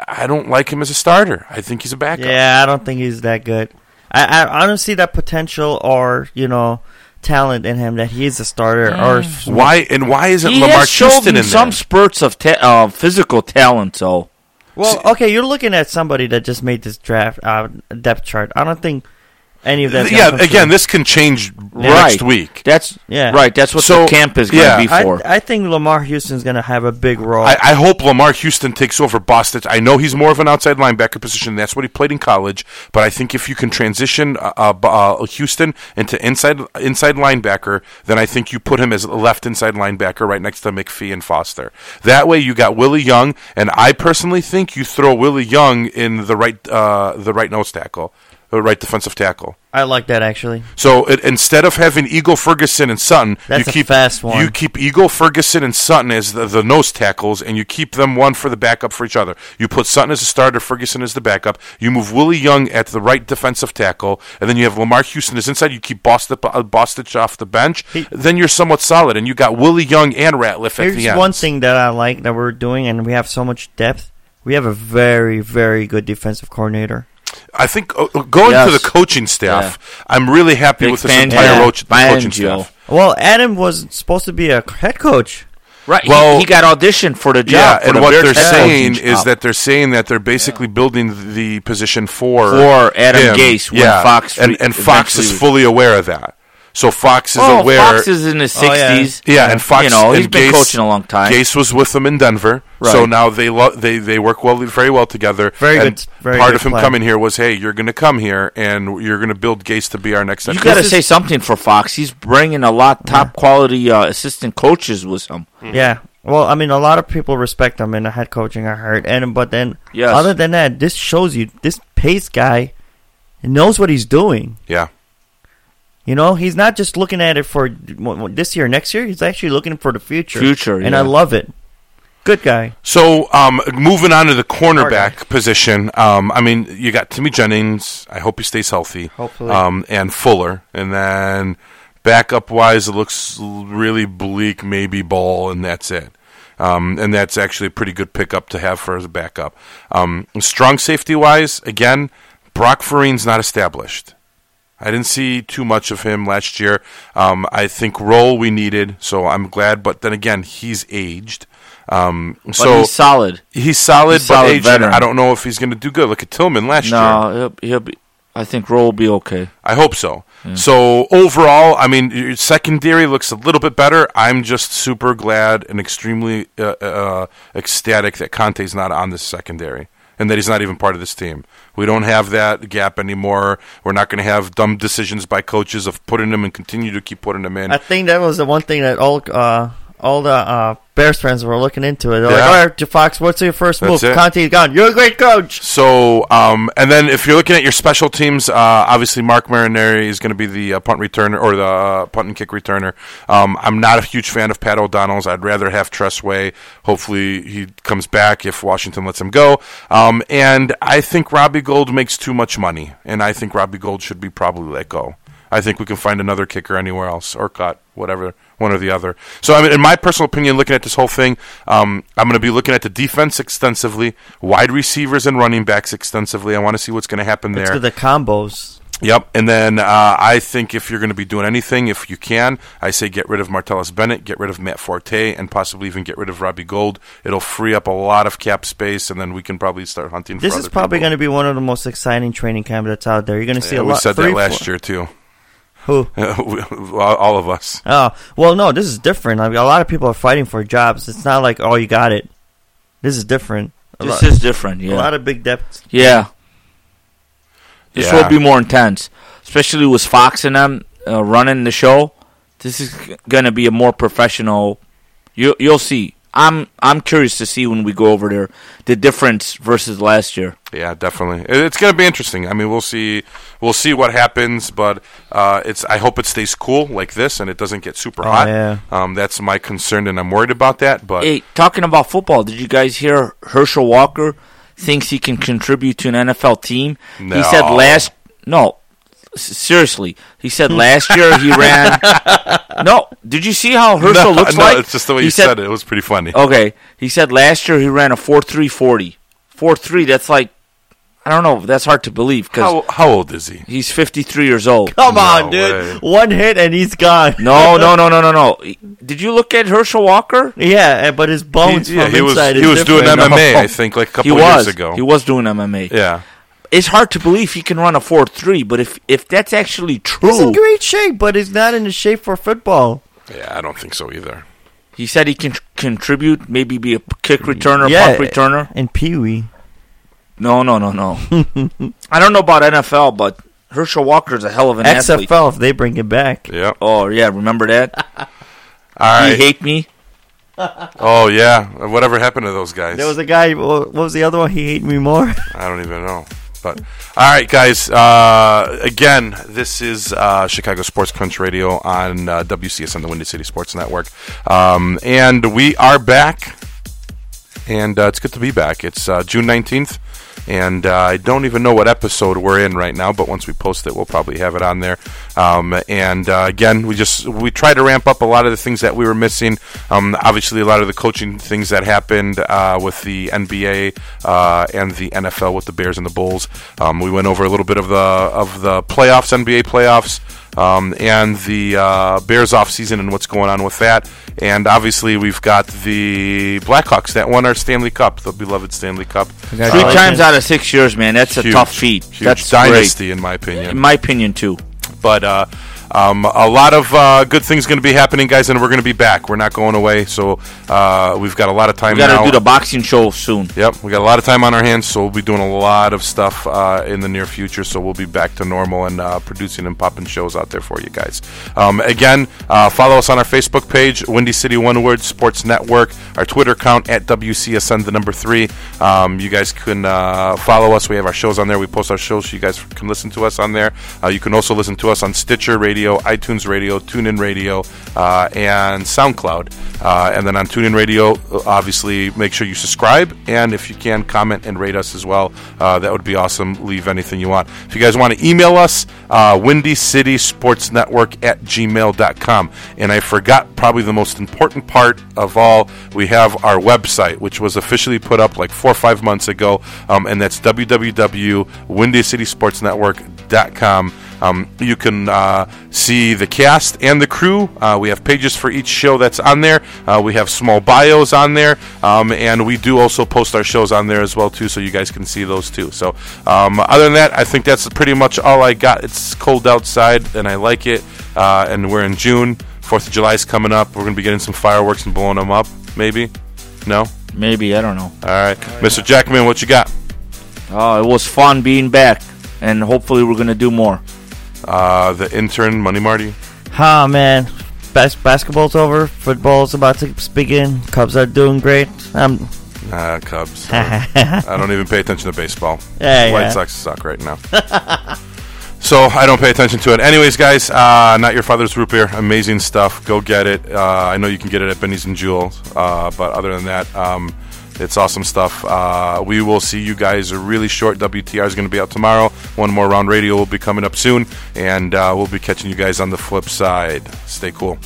A: I don't like him as a starter. I think he's a backup.
D: Yeah, I don't think he's that good. I, I, I don't see that potential or you know talent in him that he is a starter or
A: Why and why isn't
C: He
A: Lamar
C: has shown
A: Houston in
C: some
A: there?
C: spurts of ta- uh, physical talent, though.
D: Well, okay, you're looking at somebody that just made this draft uh, depth chart. I don't think any of that.
A: yeah, again, this can change next
C: Right.
A: week.
C: That's
D: Yeah.
C: right. That's what
A: So,
C: the camp is going to
A: yeah.
C: be
D: I,
C: for.
D: I think Lamar Houston's going to have a big role.
A: I, I hope Lamar Houston takes over Bostich. I know he's more of an outside linebacker position. That's what he played in college. But I think if you can transition uh, uh, B- uh, Houston into inside inside linebacker, then I think you put him as a left inside linebacker right next to McPhee and Foster. That way, you got Willie Young, and I personally think you throw Willie Young in the right uh, the right nose tackle, the right defensive tackle.
D: I like that actually.
A: So it, instead of having Eagle Ferguson and Sutton,
D: That's
A: you
D: a
A: keep
D: fast one.
A: you keep Eagle Ferguson and Sutton as the, the nose tackles, and you keep them one for the backup for each other. You put Sutton as a starter, Ferguson as the backup. You move Willie Young at the right defensive tackle, and then you have Lamar Houston as inside. You keep Bostic, uh, Bostich off the bench. then you're somewhat solid, and you got Willie Young and Ratliff at the
D: Here's
A: end.
D: one thing that I like that we're doing, and we have so much depth. We have a very, very good defensive coordinator.
A: I think uh, uh, going to
C: Yes.
A: the coaching staff, I'm really happy
C: Big
A: with this
C: fan-
A: entire
D: yeah.
A: roach- coaching
C: Fangio.
A: staff.
D: Well, Adam was supposed to be a head coach.
C: Right.
A: Well-
C: he, he got auditioned for the
A: Yeah,
C: job. for
A: and
C: the
A: what
C: Bears
A: they're
C: head
A: saying
C: coaching
A: is
C: job.
A: that they're saying that they're basically building the position for
C: For Adam
A: him.
C: Gase when
A: yeah.
C: Fox
A: and,
C: re-
A: and Fox
C: eventually
A: is
C: re-
A: fully aware of that. So Fox is
C: oh,
A: aware.
C: Fox is in his
D: Oh, yeah.
C: sixties.
A: yeah, and Fox
C: you know he's
A: and
C: been
A: Gase-
C: coaching a long time.
A: Gase was with them in Denver, so
C: Right.
A: now they lo- they they work well very well together.
D: Very
A: and
D: good- very
A: part
D: good
A: of him
D: plan.
A: coming here was, hey, you're going to come here and you're going to build Gase to be our next.
C: you
A: head
C: got to
A: coach.
C: say something for Fox. He's bringing a lot top quality uh, assistant coaches with him.
D: Yeah. Well, I mean, a lot of people respect him in the head coaching. I heard, and but then,
C: Yes.
D: other than that, this shows you this pace guy knows what he's doing.
A: yeah.
D: You know, he's not just looking at it for this year, next year. He's actually looking for the future.
C: Future,
D: and
C: yeah.
D: I love it. Good guy.
A: So, um, moving on to the cornerback position, um, I mean, you got Timmy Jennings. I hope he stays healthy.
D: Hopefully.
A: Um, and Fuller, and then backup wise, it looks l- really bleak. Maybe Ball, and that's it. Um, and that's actually a pretty good pickup to have for as a backup. Um, strong safety wise, again, Brock Vereen's not established. I didn't see too much of him last year. Um, I think role we needed, so I'm glad. But then again, he's aged. Um,
C: But
A: so
C: he's solid.
A: He's solid,
C: He's
A: but
C: solid
A: aged.
C: veteran.
A: I don't know if he's going to do good. Look at Tillman last year.
C: No, he'll, he'll be. I think Roll will be okay.
A: I hope so. So overall, I mean, your secondary looks a little bit better. I'm just super glad and extremely uh, uh, ecstatic that Conte's not on this secondary and that he's not even part of this team. We don't have that gap anymore. We're not going to have dumb decisions by coaches of putting him and continue to keep putting him in.
D: I think that was the one thing that all uh, all the uh, Bears fans were looking into. They're
A: Yeah.
D: like, all right, Fox, what's your first
A: That's
D: move?
A: it.
D: Conte's gone. You're a great coach.
A: So, um, and then if you're looking at your special teams, uh, obviously Mark Marinari is going to be the uh, punt returner or the uh, punt and kick returner. Um, I'm not a huge fan of Pat O'Donnell's. I'd rather have Tressway. Hopefully he comes back if Washington lets him go. Um, and I think Robbie Gold makes too much money, and I think Robbie Gold should be probably let go. I think we can find another kicker anywhere else or cut whatever one or the other. So, I mean, in my personal opinion, looking at this whole thing, um, I'm going to be looking at the defense extensively, wide receivers and running backs extensively. I want to see what's going to happen
D: It's
A: there.
D: the combos.
A: Yep. And then uh, I think if you're going to be doing anything, if you can, I say get rid of Martellus Bennett, get rid of Matt Forte, and possibly even get rid of Robbie Gold. It'll free up a lot of cap space, and then we can probably start hunting.
D: This
A: for
D: is probably going to be one of the most exciting training camp that's out there. You're going to see a
A: we
D: lot.
A: said
D: three,
A: that last
D: four-
A: year too.
D: Who?
A: All of us.
D: Oh, well, no, this is different. I mean, a lot of people are fighting for jobs. It's not like, oh, you got it. This is different. A,
C: This
D: lot,
C: is different. Yeah.
D: a lot of big depth.
C: Yeah. This
A: Yeah.
C: will be more intense, especially with Fox and them uh, running the show. This is g- gonna be a more professional. You you'll see. I'm I'm curious to see when we go over there the difference versus last year.
A: Yeah, definitely. It- It's going to be interesting. I mean, we'll see. We'll see what happens, but uh, it's. I hope it stays cool like this, and it doesn't get super
D: Oh,
A: hot.
D: yeah.
A: Um, that's my concern, and I'm worried about that. But
C: Hey, talking about football, did you guys hear Herschel Walker thinks he can contribute to an NFL team? He said
A: No.
C: last no, s- seriously, he said last year he ran. No, did you see how
A: no,
C: Herschel looks
A: no,
C: like? Oh,
A: it's just the way
C: He
A: you said, it. It was pretty funny.
C: Okay. He said last year he ran a 4 3 40. 4 3, that's like, I don't know, that's hard to believe because
A: How, how old is he?
C: he's 53 years old.
D: Come
A: No
D: on, dude.
A: way.
D: One hit and he's gone.
C: No, no, no, no, no, no. Did you look at Herschel Walker?
D: Yeah, eh, but his bones
A: He- yeah,
D: from
A: he was
D: inside
A: he
D: is
A: was doing
D: different.
A: MMA, I think, like a couple
C: he was.
A: years ago.
C: He was doing MMA.
A: yeah,
C: It's hard to believe he can run a 4 3, but if, if that's actually
D: He's Oh, in
C: true,
D: great shape, but he's not in the shape for football.
A: yeah. I don't think so either.
C: he said he can contribute, maybe be a kick
A: Mm,
C: returner,
D: Yeah.
C: punt returner.
D: And Pee Wee.
C: No, no, no, no. I don't know about NFL, but Herschel Walker's a hell of an athlete.
D: XFL, if they bring it back.
A: Yeah.
C: Oh, yeah, remember that?
A: All
C: He
A: right.
C: hate me.
A: oh yeah. Whatever happened to those guys?
D: There was a guy, what was the other one? He hate me more.
A: I don't even know. But all right, guys. Uh, again, this is uh, Chicago Sports Crunch Radio on uh, WCSN, the Windy City Sports Network, um, and we are back. And uh, it's good to be back. It's uh, June nineteenth, and uh, I don't even know what episode we're in right now. But once we post it, we'll probably have it on there. Um, and uh, again, we just we try to ramp up a lot of the things that we were missing. Um, obviously, a lot of the coaching things that happened uh, with the NBA uh, and the NFL with the Bears and the Bulls. Um, we went over a little bit of the of the playoffs, NBA playoffs um, and the uh, Bears offseason and what's going on with that. And obviously, we've got the Blackhawks that won our Stanley Cup, the beloved Stanley Cup.
C: Three
D: Uh,
C: times out of six years, man. That's a
A: Huge-
C: tough feat.
A: Huge
C: That's
A: dynasty, in my
C: great.
A: opinion.
C: In my opinion, too.
A: But uh, um, a lot of uh, good things going to be happening, guys, and we're going to be back. We're not going away, so uh, we've got a lot of time
C: We got
A: now.
C: to do the boxing show soon.
A: Yep, we got a lot of time on our hands, so we'll be doing a lot of stuff uh, in the near future. So we'll be back to normal and uh, producing and popping shows out there for you guys. Um, again, uh, follow us on our Facebook page, Windy City One Word Sports Network. Our Twitter account at WCSN the number three. Um, you guys can uh, follow us. We have our shows on there. We post our shows, so you guys can listen to us on there. Uh, you can also listen to us on Stitcher Radio, iTunes Radio, TuneIn Radio, uh, and SoundCloud. Uh, and then on TuneIn Radio, obviously, make sure you subscribe. And if you can, comment and rate us as well. Uh, that would be awesome. Leave anything you want. If you guys want to email us, uh, windycitysportsnetwork at gmail.com. And I forgot probably the most important part of all. We have our website, which was officially put up like four or five months ago. Um, and that's www.windycitysportsnetwork.com. Um, you can uh, see the cast and the crew. Uh, we have pages for each show that's on there. Uh, we have small bios on there, um, and we do also post our shows on there as well too, so you guys can see those too. So, um, other than that, I think that's pretty much all I got. It's cold outside, and I like it. Uh, and we're in June. Fourth of July is coming up. We're gonna be getting some fireworks and blowing them up, maybe. No.
C: Maybe I don't know.
A: All right, Mr. Jackman, what you got?
C: Oh, it was fun being back, and hopefully we're gonna do more.
A: Uh, the intern, Money Marty.
D: Ah man, Bas- basketball's over. Football's about to begin. Cubs are doing great. Um,
A: Ah, Cubs.
D: yeah,
A: I don't even pay attention to baseball.
D: yeah.
A: White Sox suck right now. so I don't pay attention to it. Anyways, guys, uh, not your father's root beer. Amazing stuff. Go get it. Uh, I know you can get it at Benny's and Jewel's. Uh, but other than that, um, it's awesome stuff. Uh, we will see you guys really short. WTR is going to be out tomorrow. One more round radio will be coming up soon, and uh, we'll be catching you guys on the flip side. Stay cool.